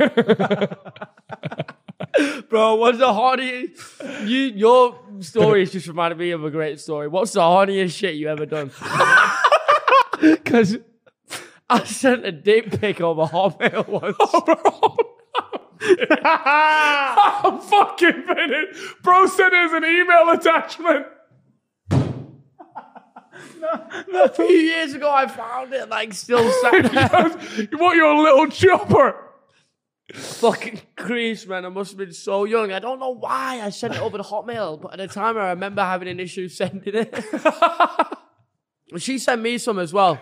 [SPEAKER 1] [LAUGHS]
[SPEAKER 2] Bro, Oh, what's the horniest? You, your story has just reminded me of a great story. What's the horniest shit you
[SPEAKER 1] [LAUGHS]
[SPEAKER 2] ever done? Because I sent a dick pic over Hotmail once.
[SPEAKER 1] Oh, [LAUGHS] I'm fucking finished. Bro said there's an email attachment. [LAUGHS]
[SPEAKER 2] a few years ago, I found it,
[SPEAKER 1] [LAUGHS]
[SPEAKER 2] like, still sat there.
[SPEAKER 1] you want your little chopper?
[SPEAKER 2] fucking crease, man. I must have been so young. I don't know why I sent it over to Hotmail, but at the time I remember having an issue sending it.
[SPEAKER 1] [LAUGHS]
[SPEAKER 2] Well, she sent me some as well.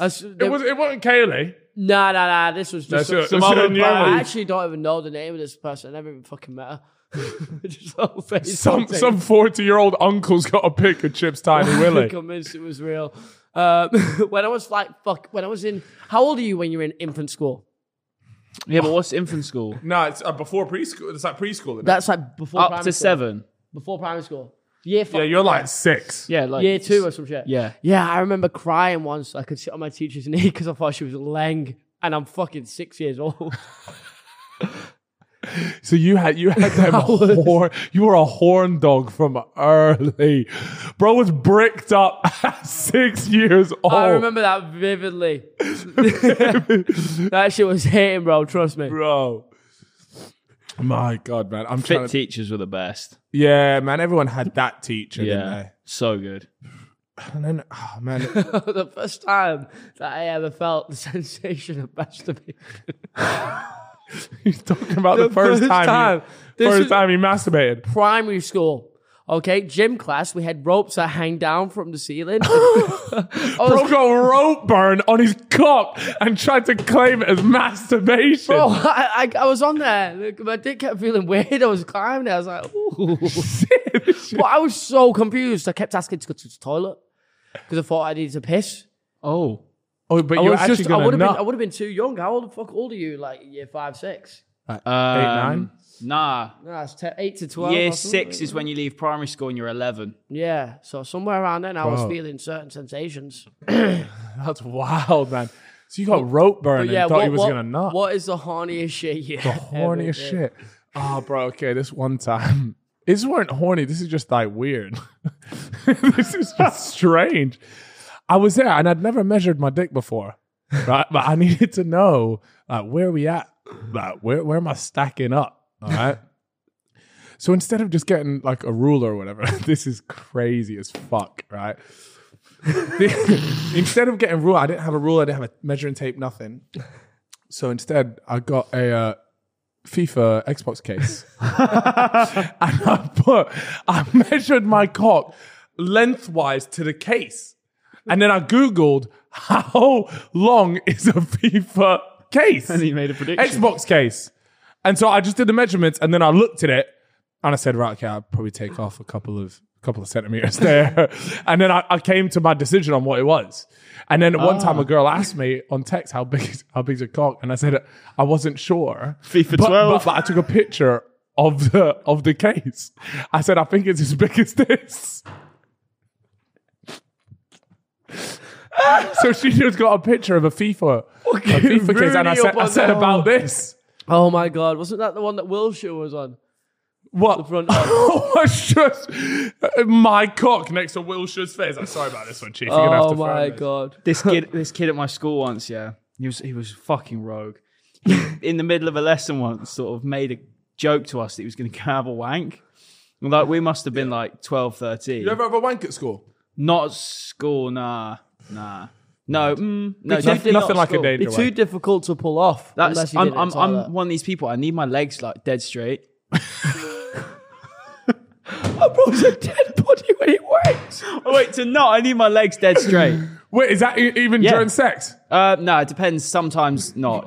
[SPEAKER 2] I s-
[SPEAKER 1] It, was, it wasn't Kaylee.
[SPEAKER 2] nah, nah, nah. This was just
[SPEAKER 1] That's it.
[SPEAKER 2] some
[SPEAKER 1] That's
[SPEAKER 2] other
[SPEAKER 1] it,
[SPEAKER 2] bro.
[SPEAKER 1] yeah.
[SPEAKER 2] I actually don't even know the name of this person. I never even fucking [LAUGHS] met her. just all face
[SPEAKER 1] Some
[SPEAKER 2] something.
[SPEAKER 1] some 40 year old uncle's got a pic of Chip's tiny
[SPEAKER 2] I'm
[SPEAKER 1] Willie.
[SPEAKER 2] convinced it was real. Um, [LAUGHS] when I was like, fuck, when I was in, how old are you when you're in infant school?
[SPEAKER 3] Yeah, but what's infant school?
[SPEAKER 1] No, it's uh, before preschool. It's like preschool. isn't it?
[SPEAKER 2] That's like before
[SPEAKER 3] Up
[SPEAKER 2] primary
[SPEAKER 3] to
[SPEAKER 2] school.
[SPEAKER 3] seven.
[SPEAKER 2] Before primary school. Year five.
[SPEAKER 1] yeah, you're like six.
[SPEAKER 3] Yeah, like
[SPEAKER 2] year two or some shit.
[SPEAKER 3] Yeah.
[SPEAKER 2] Yeah, I remember crying once. I could sit on my teacher's [LAUGHS] knee because I thought she was Leng, and I'm fucking six years old.
[SPEAKER 1] So you had you had
[SPEAKER 2] [LAUGHS]
[SPEAKER 1] them horn, you were a horn dog from early. Bro was bricked up [LAUGHS] at six years old.
[SPEAKER 2] I remember that vividly. [LAUGHS] that shit was hitting, bro. Trust me.
[SPEAKER 1] Bro. My God, man. I'm
[SPEAKER 3] Fit
[SPEAKER 1] trying to,
[SPEAKER 3] teachers were the best.
[SPEAKER 1] Yeah, man, everyone had that teacher,
[SPEAKER 3] Yeah.
[SPEAKER 1] didn't
[SPEAKER 3] So good.
[SPEAKER 1] they? And then oh
[SPEAKER 2] [LAUGHS]
[SPEAKER 1] man. [LAUGHS]
[SPEAKER 2] the first time that I ever felt the [LAUGHS] sensation of masturbation.
[SPEAKER 1] He's talking about the, first,
[SPEAKER 2] first
[SPEAKER 1] time,
[SPEAKER 2] time.
[SPEAKER 1] He,
[SPEAKER 2] This
[SPEAKER 1] first
[SPEAKER 2] is-
[SPEAKER 1] time he masturbated.
[SPEAKER 2] Primary school. Okay, gym class. We had ropes that hang down from the ceiling. [LAUGHS] Oh, I was- [LAUGHS]
[SPEAKER 1] Bro got a rope burn on his cock and tried to claim it as masturbation.
[SPEAKER 2] Bro, oh, I, I, I was on there. Like, my dick kept feeling [LAUGHS] weird. I was climbing it. I was like, ooh. but I was so confused. I kept asking to go to the toilet because I thought I needed to piss.
[SPEAKER 3] Oh.
[SPEAKER 1] Oh, but
[SPEAKER 2] I
[SPEAKER 1] you were
[SPEAKER 2] was
[SPEAKER 1] actually
[SPEAKER 2] just, I
[SPEAKER 1] gonna
[SPEAKER 2] would have been,
[SPEAKER 1] nut.
[SPEAKER 2] I would have been too young. How old the fuck old are you? Like year five, six? um,
[SPEAKER 1] nine?
[SPEAKER 3] Nah.
[SPEAKER 2] No, it's te- eight to twelve.
[SPEAKER 3] year
[SPEAKER 2] or something.
[SPEAKER 3] six is when you leave primary school and you're 11.
[SPEAKER 2] Yeah, so somewhere around then, I was
[SPEAKER 1] Bro.
[SPEAKER 2] feeling certain sensations.
[SPEAKER 1] That's wild, man. So you got rope burn
[SPEAKER 2] But yeah,
[SPEAKER 1] and thought
[SPEAKER 2] what,
[SPEAKER 1] he was
[SPEAKER 2] what-
[SPEAKER 1] gonna nut. [LAUGHS]
[SPEAKER 2] What is the horniest shit? Yeah, [LAUGHS]
[SPEAKER 1] the horniest shit. Oh, bro. Okay, this one time. [LAUGHS] These weren't horny. This is just like weird. [LAUGHS] this is just strange. I was there and I'd never measured my dick before, right? but I [LAUGHS] needed to know like where we at, like where where am I stacking up? All right. [LAUGHS] so instead of just getting like a ruler or whatever, [LAUGHS] this is crazy as fuck, right? [LAUGHS] instead of getting ruler, I didn't have a ruler. I didn't have a measuring tape, nothing. So instead, I got a uh, FIFA Xbox case, [LAUGHS] and I put I measured my cock lengthwise to the case, and then I googled how long is a FIFA case. And
[SPEAKER 3] he made a prediction.
[SPEAKER 1] Xbox case, and so I just did the measurements, and then I looked at it, and I said, right, okay, I'll probably take off a couple of couple of centimeters there, [LAUGHS] and then I, I came to my decision on what it was. And then one time
[SPEAKER 2] Ah.
[SPEAKER 1] a girl asked me on text how big [LAUGHS] is, how big's a cock, and I said I wasn't sure.
[SPEAKER 3] FIFA
[SPEAKER 1] But-
[SPEAKER 3] 12.
[SPEAKER 1] But, but I took a picture of the of the case. I said I think it's as big as this. [LAUGHS] so she just got a picture of a FIFA, a FIFA case, and I
[SPEAKER 2] Rooney
[SPEAKER 1] said,
[SPEAKER 2] up
[SPEAKER 1] I
[SPEAKER 2] on
[SPEAKER 1] said
[SPEAKER 2] that.
[SPEAKER 1] about this.
[SPEAKER 2] Oh my god, wasn't that the one that Wilshire was on?
[SPEAKER 1] What? [LAUGHS]
[SPEAKER 2] front-
[SPEAKER 1] was just uh, my cock next to Wilshire's face. I'm sorry about this one, Chief. You're gonna have
[SPEAKER 2] Oh
[SPEAKER 1] to
[SPEAKER 2] my
[SPEAKER 1] find this.
[SPEAKER 2] god.
[SPEAKER 1] [LAUGHS]
[SPEAKER 3] This kid, this kid at my school once, yeah, he was he was fucking rogue. He, in the middle of a lesson once, sort of made a joke to us that he was going to go have a wank. And, Like we must have been like 12, 13.
[SPEAKER 1] You ever have a wank at school?
[SPEAKER 3] Not at school, nah, nah, no, mm, no,
[SPEAKER 2] Because
[SPEAKER 3] definitely
[SPEAKER 2] nothing
[SPEAKER 3] not
[SPEAKER 1] like
[SPEAKER 3] at
[SPEAKER 1] a
[SPEAKER 3] school.
[SPEAKER 1] day-
[SPEAKER 2] Be
[SPEAKER 1] Either
[SPEAKER 2] too
[SPEAKER 1] way.
[SPEAKER 2] difficult to pull off. unless
[SPEAKER 3] That's
[SPEAKER 2] you
[SPEAKER 3] I'm
[SPEAKER 2] did it in
[SPEAKER 3] I'm,
[SPEAKER 2] a toilet.
[SPEAKER 3] I'm one of these people. I need my legs like dead [LAUGHS] straight.
[SPEAKER 2] Bro's a dead body when he wakes.
[SPEAKER 3] Oh wait, to not. I need my legs dead straight.
[SPEAKER 1] Wait, is that e- even during sex?
[SPEAKER 3] [LAUGHS] Uh, no, it depends. Sometimes not.
[SPEAKER 1] [LAUGHS]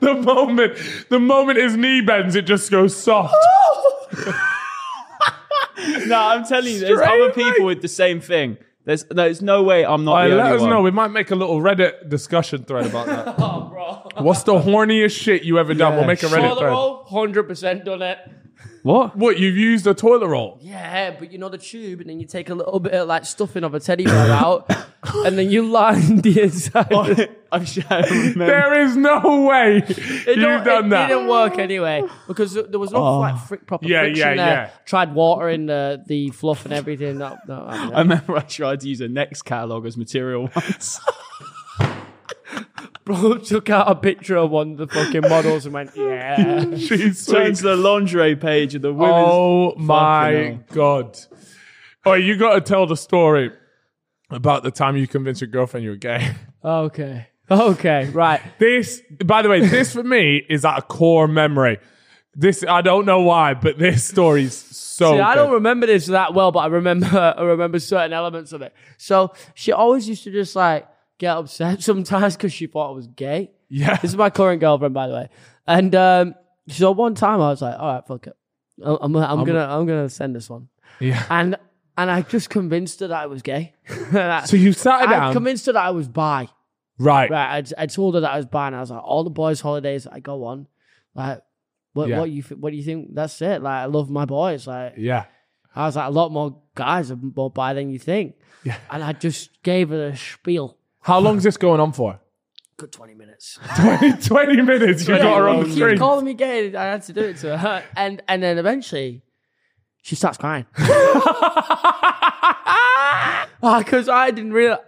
[SPEAKER 1] The moment, the moment his knee bends, it just goes soft.
[SPEAKER 3] no, I'm telling you, there's
[SPEAKER 1] Straight
[SPEAKER 3] other
[SPEAKER 1] away.
[SPEAKER 3] people with the same thing. There's there's no way I'm not.
[SPEAKER 1] Uh,
[SPEAKER 3] the
[SPEAKER 1] let
[SPEAKER 3] only
[SPEAKER 1] us
[SPEAKER 3] one.
[SPEAKER 1] know. We might make a little Reddit discussion thread about
[SPEAKER 2] [LAUGHS]
[SPEAKER 1] that. What's the horniest shit you ever done? we'll make a Reddit
[SPEAKER 2] Oh, Toilet
[SPEAKER 1] thread.
[SPEAKER 2] roll, hundred percent done it.
[SPEAKER 3] What?
[SPEAKER 1] What you've used a toilet roll?
[SPEAKER 2] Yeah, but you know the tube, and then you take a little bit of like stuffing of a teddy
[SPEAKER 1] [COUGHS]
[SPEAKER 2] bear out, and then you line the inside.
[SPEAKER 1] Oh,
[SPEAKER 3] I'm sure. [LAUGHS]
[SPEAKER 2] [LAUGHS]
[SPEAKER 3] I remember.
[SPEAKER 1] There is no way
[SPEAKER 2] don't-
[SPEAKER 1] you've done that.
[SPEAKER 2] didn't work anyway because there was no like frick, proper
[SPEAKER 1] Yeah,
[SPEAKER 2] friction
[SPEAKER 1] yeah,
[SPEAKER 2] there.
[SPEAKER 1] yeah.
[SPEAKER 2] Tried water in the, the fluff and everything. No, no, I mean,
[SPEAKER 3] I remember I tried to use a next catalog as material [LAUGHS] once.
[SPEAKER 2] bro took out a picture of one of the fucking
[SPEAKER 1] [LAUGHS]
[SPEAKER 2] models and went, yeah.
[SPEAKER 1] She's
[SPEAKER 3] Turn
[SPEAKER 1] sweet.
[SPEAKER 3] to the lingerie page of the women's.
[SPEAKER 1] Oh my
[SPEAKER 3] hell.
[SPEAKER 1] god! Oh, you got to tell the story about the time you convinced your girlfriend you were gay. [LAUGHS]
[SPEAKER 2] okay. Okay, right.
[SPEAKER 1] This, by the way, this for me is at a core memory. This I don't know why, but this story's so.
[SPEAKER 2] See, I don't
[SPEAKER 1] good.
[SPEAKER 2] remember this that well, but I remember [LAUGHS] I remember certain elements of it. So she always used to just like get upset [LAUGHS] sometimes because she thought I was gay.
[SPEAKER 1] yeah,
[SPEAKER 2] This is my current girlfriend, by the way. And um, so one time I was like, all right, fuck it. I'm, I'm, I'm, gonna I'm gonna send this one.
[SPEAKER 1] yeah.
[SPEAKER 2] And and I just convinced her that I was gay.
[SPEAKER 1] So
[SPEAKER 2] [LAUGHS]
[SPEAKER 1] you sat her
[SPEAKER 2] I
[SPEAKER 1] down,
[SPEAKER 2] convinced her that I was bi.
[SPEAKER 1] right?
[SPEAKER 2] Right. I, I told her that I was bi, and I was like, all the boys' holidays I go on, like, what
[SPEAKER 1] Yeah.
[SPEAKER 2] what you thi- what do you think? That's it. Like, I love my boys. Like,
[SPEAKER 1] Yeah,
[SPEAKER 2] I was like, a lot more guys are more bi than you think.
[SPEAKER 1] Yeah.
[SPEAKER 2] And I just gave her a spiel.
[SPEAKER 1] How long's this going on for? [LAUGHS]
[SPEAKER 2] Good twenty minutes.
[SPEAKER 1] 20, 20 minutes. You got her on the
[SPEAKER 2] She
[SPEAKER 1] screen.
[SPEAKER 2] calling me gay. I had to do it to her, and and then eventually, she starts crying. [LAUGHS] Because Ah, I didn't realize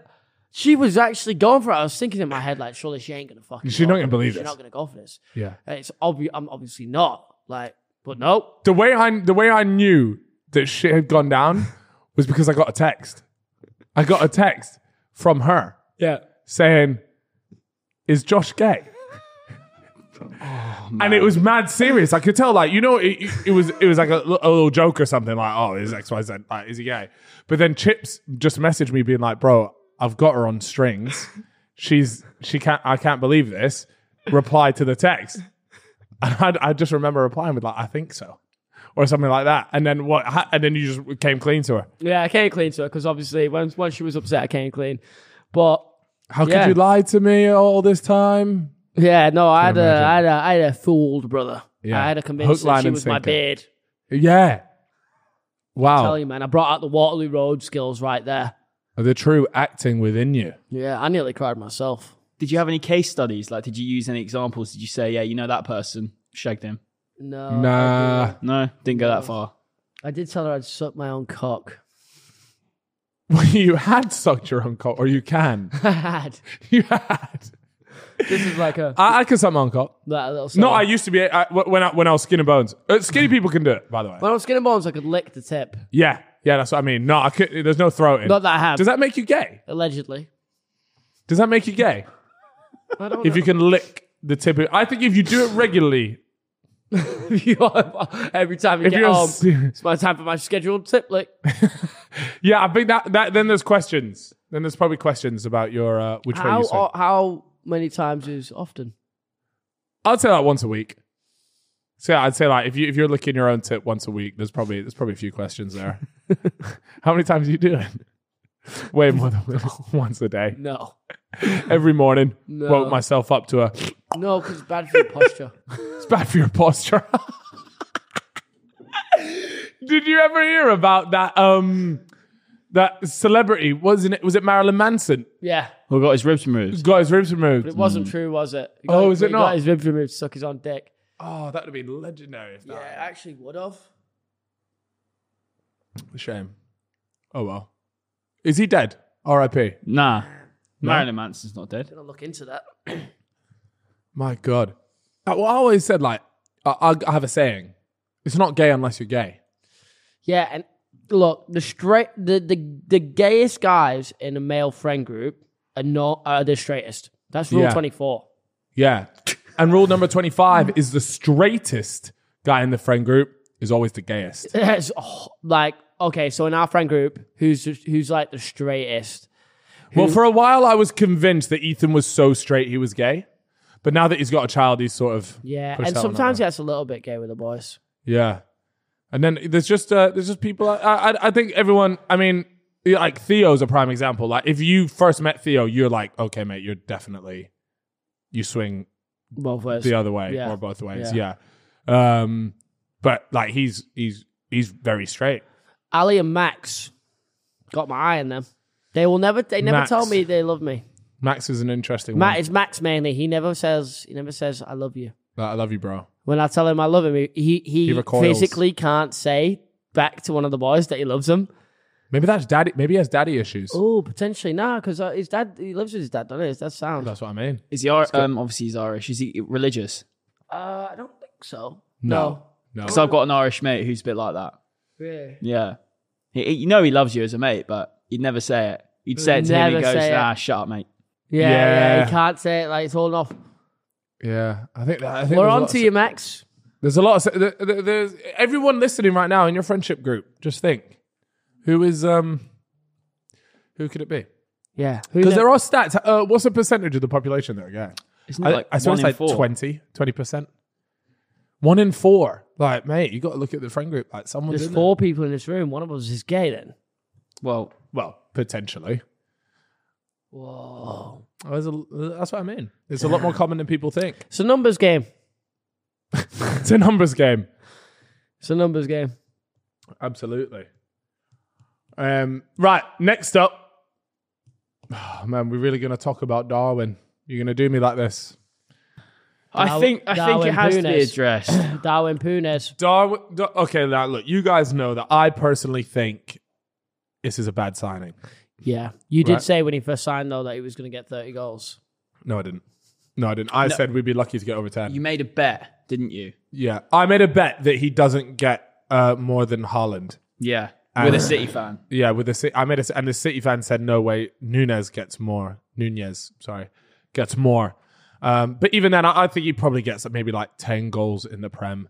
[SPEAKER 2] she was actually going for it. I was thinking in my head like, surely she ain't gonna fucking.
[SPEAKER 1] She's
[SPEAKER 2] go
[SPEAKER 1] not gonna
[SPEAKER 2] for it.
[SPEAKER 1] believe
[SPEAKER 2] She's
[SPEAKER 1] this.
[SPEAKER 2] not gonna go for this.
[SPEAKER 1] Yeah.
[SPEAKER 2] And it's obvious. I'm obviously not like, but no.
[SPEAKER 1] The way I the way I knew that shit had gone down was because I got a text. I got a text from her
[SPEAKER 2] Yeah.
[SPEAKER 1] saying, "Is Josh gay?" and it was mad serious. I could tell, like you know, it, it was it was like a, li- a little joke or something. Like, oh, is X Y Z? Like, is he gay? But then Chips just messaged me being like, "Bro, I've got her on strings. She's she can't. I can't believe this." Reply to the text, and I, I just remember replying with like, "I think so." Or something like that, and then what? ha- And then you just came clean to her.
[SPEAKER 2] Yeah, I came clean to her because obviously once once she was upset, I came clean. But
[SPEAKER 1] How
[SPEAKER 2] Yeah.
[SPEAKER 1] could you lie to me all this time?
[SPEAKER 2] yeah, no, I had a,
[SPEAKER 1] imagine.
[SPEAKER 2] I had a I had a fooled brother.
[SPEAKER 1] Yeah.
[SPEAKER 2] I had a
[SPEAKER 1] Hook,
[SPEAKER 2] convinced that
[SPEAKER 1] line,
[SPEAKER 2] she
[SPEAKER 1] and
[SPEAKER 2] was my
[SPEAKER 1] sinker.
[SPEAKER 2] beard.
[SPEAKER 1] Yeah. Wow.
[SPEAKER 2] Tell you, man, I brought out the Waterloo Road skills right there.
[SPEAKER 1] The true acting within you.
[SPEAKER 2] Yeah, I nearly cried myself.
[SPEAKER 3] Did you have any case studies? Like, did you use any examples? Did you say, yeah, you know that person? Shagged him.
[SPEAKER 2] No, I, [LAUGHS]
[SPEAKER 1] Nah. [LAUGHS]
[SPEAKER 2] didn't.
[SPEAKER 3] No, didn't go that far.
[SPEAKER 2] I did tell her I'd suck my own cock. [LAUGHS]
[SPEAKER 1] you had sucked your own cock, or you can. [LAUGHS]
[SPEAKER 2] I had.
[SPEAKER 1] You had.
[SPEAKER 2] This is like a
[SPEAKER 1] I, I can suck my own cock.
[SPEAKER 2] like a little.
[SPEAKER 1] No, I used to be, I, when, I, when I was skin and bones. Uh, skinny people can do it, by the way.
[SPEAKER 2] When I was skin and bones, I could lick the tip.
[SPEAKER 1] Yeah. Yeah, that's what I mean. No, I could, there's no throat in.
[SPEAKER 2] Not that I have.
[SPEAKER 1] Does that make you gay?
[SPEAKER 2] Allegedly.
[SPEAKER 1] Does that make you gay?
[SPEAKER 2] I don't
[SPEAKER 1] If you can lick the tip. of- I think if you do it regularly,
[SPEAKER 2] know. Every time you
[SPEAKER 1] if
[SPEAKER 2] get
[SPEAKER 1] you're.
[SPEAKER 2] home,
[SPEAKER 1] se-
[SPEAKER 2] it's my time for my scheduled tip lick.
[SPEAKER 1] Yeah, I think that, that, then there's questions. Then there's probably questions about your, uh, which way
[SPEAKER 2] How
[SPEAKER 1] you swing.
[SPEAKER 2] how many times is often?
[SPEAKER 1] I'd say like once a week. So yeah, I'd say like if you if you're licking your own tip once a week, there's probably there's probably a few questions [LAUGHS] there. How many times are you doing? Way more than [LAUGHS] once a day.
[SPEAKER 2] No,
[SPEAKER 1] Every morning,
[SPEAKER 2] No.
[SPEAKER 1] woke myself up to a.
[SPEAKER 2] no, because it's bad for your posture.
[SPEAKER 1] It's bad for your [LAUGHS] posture. Did you ever hear about that? Um, that celebrity wasn't it? Was it Marilyn Manson?
[SPEAKER 2] Yeah,
[SPEAKER 3] Well, got his ribs [LAUGHS] removed.
[SPEAKER 1] Got his ribs removed.
[SPEAKER 2] it wasn't true, was it? He
[SPEAKER 1] Oh,
[SPEAKER 2] got-
[SPEAKER 1] is it
[SPEAKER 2] he got
[SPEAKER 1] not?
[SPEAKER 2] His ribs removed, to suck his own dick.
[SPEAKER 1] Oh, that would have been legendary. If that.
[SPEAKER 2] Yeah, I actually would have.
[SPEAKER 1] Shame. Oh well. Is he dead? R.I.P.
[SPEAKER 3] Nah. Marilyn Manson's not dead.
[SPEAKER 2] Gonna look into that.
[SPEAKER 1] My God. I, well, I always said, like, I, I, I have a saying it's not gay unless you're gay.
[SPEAKER 2] Yeah, and look, the straight, the the, the gayest guys in a male friend group are not are the straightest. That's rule
[SPEAKER 1] Yeah.
[SPEAKER 2] twenty [LAUGHS] four.
[SPEAKER 1] Yeah. And rule number 25 is the straightest guy in the friend group is always the gayest.
[SPEAKER 2] It's oh, like okay, so in our friend group, who's who's like the straightest?
[SPEAKER 1] Well, for a while, I was convinced that Ethan was so straight he was gay. But now that he's got a child, he's sort of.
[SPEAKER 2] Yeah,
[SPEAKER 1] pushed
[SPEAKER 2] and
[SPEAKER 1] that one
[SPEAKER 2] sometimes
[SPEAKER 1] out
[SPEAKER 2] that's a little bit gay with the boys.
[SPEAKER 1] there. Yeah. And then there's just uh, there's just people. I, I I think everyone. I mean, yeah, like Theo's a prime example. Like if you first met Theo, you're like, okay, mate, you're definitely you swing
[SPEAKER 2] Both ways.
[SPEAKER 1] the other way
[SPEAKER 2] Yeah.
[SPEAKER 1] or both ways. Yeah. Um, but like he's he's he's very straight.
[SPEAKER 2] Ali and Max got my eye on them. They will never. They never
[SPEAKER 1] Max.
[SPEAKER 2] tell me they love me.
[SPEAKER 1] Max is an interesting
[SPEAKER 2] Matt
[SPEAKER 1] one.
[SPEAKER 2] is Max mainly. He never says. He never says I love you.
[SPEAKER 1] Like, I love you, bro.
[SPEAKER 2] When I tell him I love him, he he, he,
[SPEAKER 1] recoils.
[SPEAKER 2] physically can't say back to one of the boys that he loves him.
[SPEAKER 1] Maybe that's daddy. Maybe he has daddy issues.
[SPEAKER 2] Oh, potentially nah, because his dad he lives with his dad, doesn't he? His dad's sound.
[SPEAKER 1] That's what I mean.
[SPEAKER 3] Is he Ir- um, obviously he's Irish? Is he religious?
[SPEAKER 2] Uh, I don't think so.
[SPEAKER 1] No. No.
[SPEAKER 3] Because I've got an Irish mate who's a bit like that.
[SPEAKER 2] No. Yeah.
[SPEAKER 3] Yeah, he, he- you know he loves you as a mate, but he'd never say it. You'd say it to him, he
[SPEAKER 2] Never
[SPEAKER 3] goes,
[SPEAKER 2] say it.
[SPEAKER 3] "Ah, shut up, mate."
[SPEAKER 2] Yeah,
[SPEAKER 1] Yeah.
[SPEAKER 2] He can't say it. Like it's all off.
[SPEAKER 1] Yeah, I think that. I think
[SPEAKER 2] We're
[SPEAKER 1] there's a
[SPEAKER 2] on
[SPEAKER 1] lot
[SPEAKER 2] to
[SPEAKER 1] of-
[SPEAKER 2] you, Max.
[SPEAKER 1] There's a lot. Of, there- there- there's everyone listening right now in your friendship group. Just think, who is um, who could it be?
[SPEAKER 2] Yeah.
[SPEAKER 1] Because there are stats. Uh, what's the percentage of the population that are gay?
[SPEAKER 3] Isn't
[SPEAKER 2] Hmm.
[SPEAKER 3] it
[SPEAKER 1] I,
[SPEAKER 3] like
[SPEAKER 1] I suppose
[SPEAKER 3] one in
[SPEAKER 1] like
[SPEAKER 3] four?
[SPEAKER 1] 20 percent. One in four. Like, mate, you got to look at the friend group. Like, someone's
[SPEAKER 2] There's
[SPEAKER 1] in
[SPEAKER 2] four people in this room. One of us is gay. Then.
[SPEAKER 3] Well,
[SPEAKER 1] there. Well, potentially.
[SPEAKER 2] Whoa.
[SPEAKER 1] There's a- that's what I mean. It's a lot more common than people think.
[SPEAKER 2] It's a numbers game.
[SPEAKER 1] [LAUGHS] It's a numbers game.
[SPEAKER 2] It's a numbers game.
[SPEAKER 1] Absolutely. Um, right, next up. Oh, man, we're really going to talk about Darwin. You're going to do me like this.
[SPEAKER 3] I
[SPEAKER 2] Dar-
[SPEAKER 3] think I think
[SPEAKER 2] Darwin
[SPEAKER 3] it has to be
[SPEAKER 2] Nunes.
[SPEAKER 3] addressed.
[SPEAKER 2] Darwin Punes.
[SPEAKER 1] Darwin. Dar- okay, now look, you guys know that I personally think this is a bad signing.
[SPEAKER 2] Yeah. You did
[SPEAKER 1] Right.
[SPEAKER 2] say when he first signed, though, that he was going to get 30 goals.
[SPEAKER 1] No, I didn't. No, I didn't. I said we'd be lucky to get over 10.
[SPEAKER 3] you made a bet, didn't you?
[SPEAKER 1] yeah. I made a bet that he doesn't get uh, more than Haaland.
[SPEAKER 3] Yeah, with a City fan.
[SPEAKER 1] Yeah, with the Ci- I made a and the City fan said no way. Nunez gets more. Nunez, sorry, gets more. Um, but even then, I, I think he probably gets maybe like ten goals in the Prem.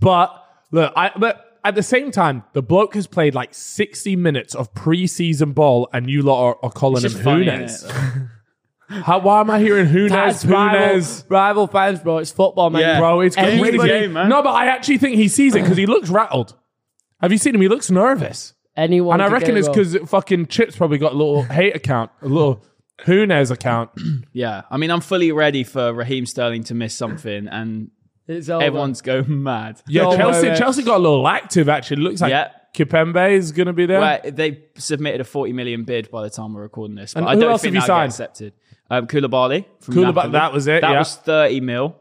[SPEAKER 1] But look, I but at the same time, the bloke has played like sixty minutes of preseason ball, and you lot are, are calling him
[SPEAKER 3] Just funny, isn't
[SPEAKER 1] Nunez.
[SPEAKER 3] it?
[SPEAKER 1] How, why am I hearing Nunez?
[SPEAKER 2] That's rival,
[SPEAKER 1] Nunez.
[SPEAKER 2] rival fans, bro. It's football, man.
[SPEAKER 3] Yeah.
[SPEAKER 1] Bro, it's
[SPEAKER 2] Everybody-
[SPEAKER 1] crazy.
[SPEAKER 3] game, man.
[SPEAKER 1] No, but I actually think he sees it because he looks rattled. Have you seen him? He looks nervous.
[SPEAKER 2] Anyone.
[SPEAKER 1] And I
[SPEAKER 2] could
[SPEAKER 1] reckon
[SPEAKER 2] get a
[SPEAKER 1] it's
[SPEAKER 2] goal.
[SPEAKER 1] because fucking Chip's probably got a little hate account, a little who knows account.
[SPEAKER 3] Yeah, I mean, I'm fully ready for Raheem Sterling to miss something and
[SPEAKER 2] It's over.
[SPEAKER 3] everyone's go mad.
[SPEAKER 1] Yeah,
[SPEAKER 2] No,
[SPEAKER 1] Chelsea.
[SPEAKER 2] wait, wait.
[SPEAKER 1] Chelsea got a little active actually. Looks like
[SPEAKER 3] Yeah.
[SPEAKER 1] Kipembe is going to be there.
[SPEAKER 3] Well, they submitted a 40 million bid by the time we're recording this, but
[SPEAKER 1] And
[SPEAKER 3] I
[SPEAKER 1] who
[SPEAKER 3] don't
[SPEAKER 1] else
[SPEAKER 3] think
[SPEAKER 1] have you
[SPEAKER 3] that'll get
[SPEAKER 1] signed?
[SPEAKER 3] accepted. Um, Koulibaly from
[SPEAKER 1] Koulibaly,
[SPEAKER 3] Napoli.
[SPEAKER 1] that was it,
[SPEAKER 3] That
[SPEAKER 1] yeah.
[SPEAKER 3] was 30 mil.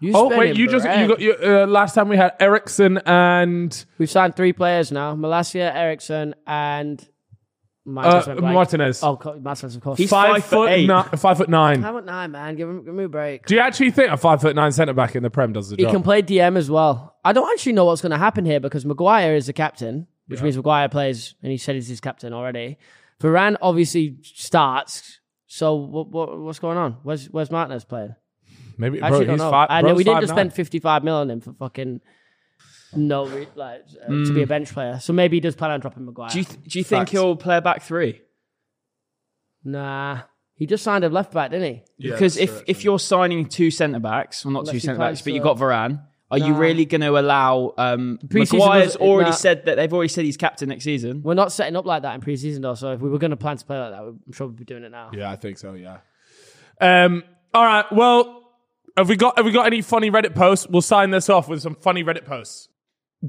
[SPEAKER 2] You
[SPEAKER 1] oh
[SPEAKER 2] spend
[SPEAKER 1] wait,
[SPEAKER 2] him
[SPEAKER 1] you just you
[SPEAKER 2] bread.
[SPEAKER 1] got your, uh, last time we had Ericsson and
[SPEAKER 2] We've signed three players now Malasia, Ericsson, and. Mine
[SPEAKER 1] Uh,
[SPEAKER 2] just went blank.
[SPEAKER 1] Martinez.
[SPEAKER 2] Oh, co- Martinez, of course.
[SPEAKER 3] He's-
[SPEAKER 1] five,
[SPEAKER 3] five foot
[SPEAKER 1] foot
[SPEAKER 3] eight.
[SPEAKER 1] ni- five foot nine.
[SPEAKER 2] How about nine, man? Give him, give him a break.
[SPEAKER 1] Do you actually think a five foot nine centre back in the Prem does the
[SPEAKER 2] He
[SPEAKER 1] job?
[SPEAKER 2] can play DM as well. I don't actually know what's going to happen here because Maguire is the captain, which means Maguire plays, and he said he's his captain already. Varane obviously starts. So what, what, what's going on? Where's Where's Martinez playing?
[SPEAKER 1] Maybe
[SPEAKER 2] I actually
[SPEAKER 1] bro,
[SPEAKER 2] don't
[SPEAKER 1] he's
[SPEAKER 2] know.
[SPEAKER 1] five.
[SPEAKER 2] and
[SPEAKER 1] bro's
[SPEAKER 2] we didn't
[SPEAKER 1] five
[SPEAKER 2] just
[SPEAKER 1] nine.
[SPEAKER 2] spend fifty five mil on him for fucking no re- like uh, to
[SPEAKER 1] Mm.
[SPEAKER 2] be a bench player. So maybe he does plan on dropping Maguire.
[SPEAKER 3] Do you, th- do you think
[SPEAKER 1] Facts.
[SPEAKER 3] he'll play a back three?
[SPEAKER 2] nah, he just signed a left back, didn't he?
[SPEAKER 3] because if, if you're signing two centre backs, well, not
[SPEAKER 2] Unless
[SPEAKER 3] two
[SPEAKER 2] he
[SPEAKER 3] centre backs,
[SPEAKER 2] plays
[SPEAKER 3] but
[SPEAKER 2] for-
[SPEAKER 3] you've got Varane, are you
[SPEAKER 2] Nah.
[SPEAKER 3] really going to allow? Um,
[SPEAKER 2] Pre-season
[SPEAKER 3] Maguire's
[SPEAKER 2] was-
[SPEAKER 3] already
[SPEAKER 2] nah.
[SPEAKER 3] said that they've already said he's captain next season.
[SPEAKER 2] We're not setting up like that in preseason though. So if we were going to plan to play like that, I'm sure we'd be doing it now.
[SPEAKER 1] Yeah, I think so. Yeah. Um. All right. Well, have we got have we got any funny Reddit posts? We'll sign this off with some funny Reddit posts.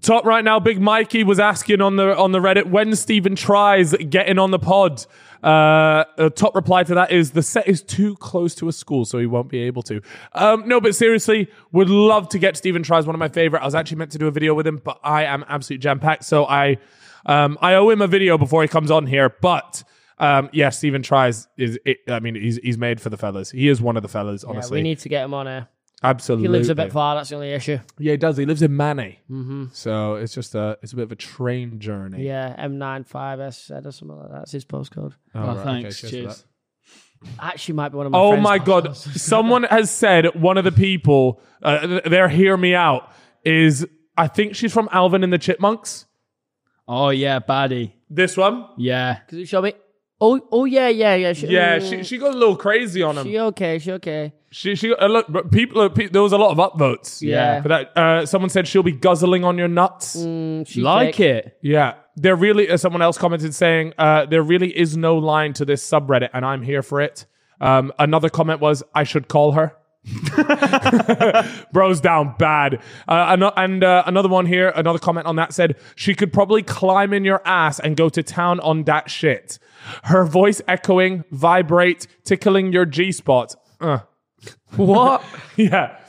[SPEAKER 1] Top right now, Big Mikey was asking on the on the Reddit when Steven tries getting on the pod. Uh, the top reply to that is the set is too close to a school, so he won't be able to. Um, no, but seriously, would love to get Steven tries one of my favorite. I was actually meant to do a video with him, but I am absolute jam packed, so I um, I owe him a video before he comes on here. But um, yeah, Steven tries is it, I mean he's he's made for the fellas. He is one of the fellas,
[SPEAKER 2] Yeah,
[SPEAKER 1] honestly.
[SPEAKER 2] we need to get him on here.
[SPEAKER 1] absolutely.
[SPEAKER 2] He lives a bit far. That's the only issue.
[SPEAKER 1] Yeah, he does. He lives in Manny. So it's just a it's a bit of a train journey.
[SPEAKER 2] Mm-hmm. Yeah, M95SZ or something like that. That's his postcode.
[SPEAKER 1] All
[SPEAKER 3] Oh,
[SPEAKER 1] right,
[SPEAKER 3] thanks.
[SPEAKER 1] okay, cheers for
[SPEAKER 3] Cheers.
[SPEAKER 1] that.
[SPEAKER 2] Actually, might be one of my.
[SPEAKER 1] Oh
[SPEAKER 2] friends'
[SPEAKER 1] my [LAUGHS] god!
[SPEAKER 2] postcodes.
[SPEAKER 1] Someone has said one of the people. Uh, th- their hear me out is I think she's from Alvin and the Chipmunks.
[SPEAKER 3] Oh yeah, baddie.
[SPEAKER 1] This one.
[SPEAKER 3] Yeah,
[SPEAKER 2] Could you show me? Oh, oh yeah, yeah, yeah. She,
[SPEAKER 1] Yeah,
[SPEAKER 2] mm,
[SPEAKER 1] she, she got a little crazy on him.
[SPEAKER 2] she okay, she okay.
[SPEAKER 1] She she uh, look, but people, are- pe- there was a lot of upvotes.
[SPEAKER 2] Yeah.
[SPEAKER 1] for that. Uh, someone said she'll be guzzling on your nuts.
[SPEAKER 2] Mm, she
[SPEAKER 3] Like
[SPEAKER 2] thick.
[SPEAKER 3] it.
[SPEAKER 1] Yeah, there really. Uh, someone else commented saying uh, there really is no line to this subreddit, and I'm here for it. Um, another comment was I should call her. [LAUGHS] Bro's down bad. Uh, ano- and uh, another one here, another comment on that said she could probably climb in your ass and go to town on that shit. Her voice echoing, vibrate, tickling your G spot. Uh,
[SPEAKER 3] [LAUGHS] What?
[SPEAKER 1] [LAUGHS] yeah.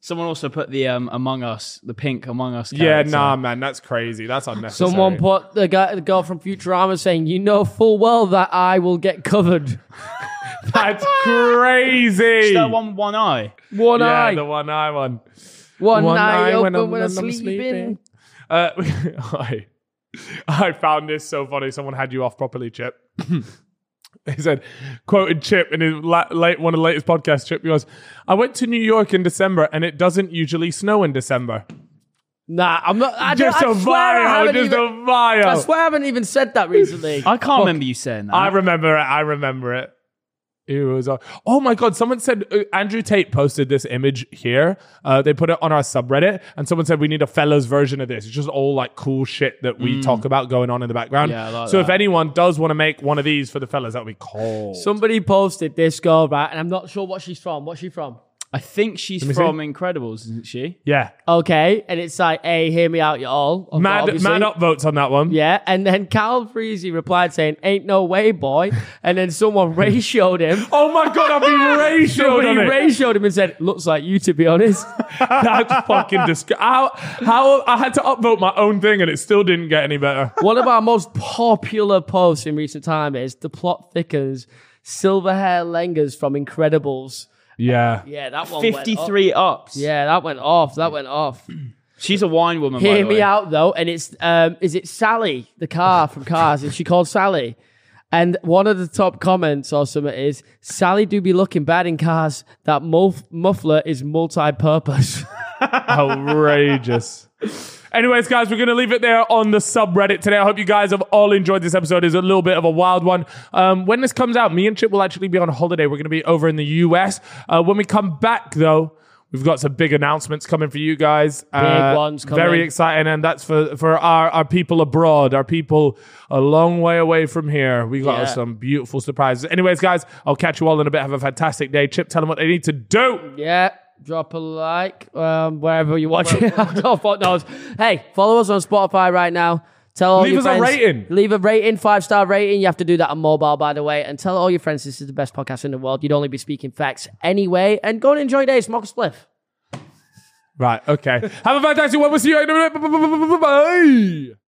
[SPEAKER 3] Someone also put the um, Among Us, the pink Among Us.
[SPEAKER 1] Yeah,
[SPEAKER 3] character.
[SPEAKER 1] nah, man, that's crazy. That's unnecessary. [LAUGHS]
[SPEAKER 2] Someone put the guy, the girl from Futurama, saying, "You know full well that I will get covered."
[SPEAKER 1] that's crazy.
[SPEAKER 3] That one, with one eye.
[SPEAKER 2] One
[SPEAKER 1] yeah,
[SPEAKER 2] eye,
[SPEAKER 1] the one eye one.
[SPEAKER 2] one,
[SPEAKER 1] one
[SPEAKER 2] eye,
[SPEAKER 1] eye
[SPEAKER 2] open
[SPEAKER 1] when I'm-
[SPEAKER 2] when I'm
[SPEAKER 1] when I'm sleeping.
[SPEAKER 2] sleeping.
[SPEAKER 1] Uh, [LAUGHS] I, I found this so funny. Someone had you off properly, Chip. [LAUGHS] he said, quoted Chip in his la- late one of the latest podcasts. Chip goes, "I went to New York in December, and it doesn't usually snow in December."
[SPEAKER 2] Nah, I'm not. I,
[SPEAKER 1] Just
[SPEAKER 2] I
[SPEAKER 1] a
[SPEAKER 2] swear I
[SPEAKER 1] vile,
[SPEAKER 2] haven't
[SPEAKER 1] just
[SPEAKER 2] even,
[SPEAKER 1] a vile.
[SPEAKER 2] I swear I haven't even said that recently.
[SPEAKER 3] I can't remember you saying that.
[SPEAKER 1] I remember it. I remember it. It was. uh, oh my god! Someone said uh, Andrew Tate posted this image here. Uh, they put it on our subreddit, and someone said we need a fellas version of this. It's just all like cool shit that we talk about going on in the background.
[SPEAKER 3] Yeah, I like
[SPEAKER 1] so if
[SPEAKER 3] that.
[SPEAKER 1] anyone does want to make one of these for the fellas, that would be cool.
[SPEAKER 2] Somebody posted this girl, right? And I'm not sure what she's from. What's she from?
[SPEAKER 3] I think she's
[SPEAKER 1] me see.
[SPEAKER 3] from Incredibles, isn't she?
[SPEAKER 1] yeah,
[SPEAKER 2] Okay, and it's like, hey, hear me out, y'all. Ob-
[SPEAKER 1] mad
[SPEAKER 2] obviously.
[SPEAKER 1] mad upvotes on that one.
[SPEAKER 2] Yeah, and then Cal Freezy replied saying, "Ain't no way, boy." And then someone [LAUGHS] ratioed him.
[SPEAKER 1] Oh my god! I've been ratioed
[SPEAKER 2] Somebody
[SPEAKER 1] on it.
[SPEAKER 2] ratioed him and said, "Looks like you, to be honest."
[SPEAKER 1] [LAUGHS] That's fucking disgusting. How, how I had to upvote my own thing, and it still didn't get any better.
[SPEAKER 2] One of our most popular posts in recent time is the plot thickens silver hair Lengers from Incredibles.
[SPEAKER 1] Yeah.
[SPEAKER 2] Yeah, that one. went off.
[SPEAKER 3] Fifty-three ups.
[SPEAKER 2] Yeah, that went off. That went off.
[SPEAKER 3] she's a wine woman. by
[SPEAKER 2] Hear
[SPEAKER 3] the way.
[SPEAKER 2] me out though, and it's um, is it Sally the car from Cars? Is she called Sally? And one of the top comments or something is Sally do be looking bad in cars. That muff- muffler is multi-purpose. [LAUGHS]
[SPEAKER 1] outrageous. Anyways, guys, we're going to leave it there on the subreddit today. I hope you guys have all enjoyed this episode. It's a little bit of a wild one. Um, when this comes out, me and Chip will actually be on holiday. We're going to be over in the US. Uh, when we come back, though, we've got some big announcements coming for you guys. Big
[SPEAKER 2] ones coming.
[SPEAKER 1] Very exciting. And that's for, for our, our people abroad, our people a long way away from here. We got
[SPEAKER 2] Yeah.
[SPEAKER 1] some beautiful surprises. Anyways, guys, I'll catch you all in a bit. Have a fantastic day. Chip, tell them what they need to do.
[SPEAKER 2] yeah, drop a like um, wherever you're watching. [LAUGHS] I don't fuck knows. Hey, follow us on Spotify right now. Tell all
[SPEAKER 1] Leave
[SPEAKER 2] your
[SPEAKER 1] us a
[SPEAKER 2] friends-
[SPEAKER 1] rating.
[SPEAKER 2] Leave a rating, five star rating. You have to do that on mobile, by the way. And tell all your friends this is the best podcast in the world. You'd only be speaking facts anyway. And go and enjoy your day. Smoke a spliff.
[SPEAKER 1] Right, okay. Have a fantastic one. We'll see you in a minute. Bye.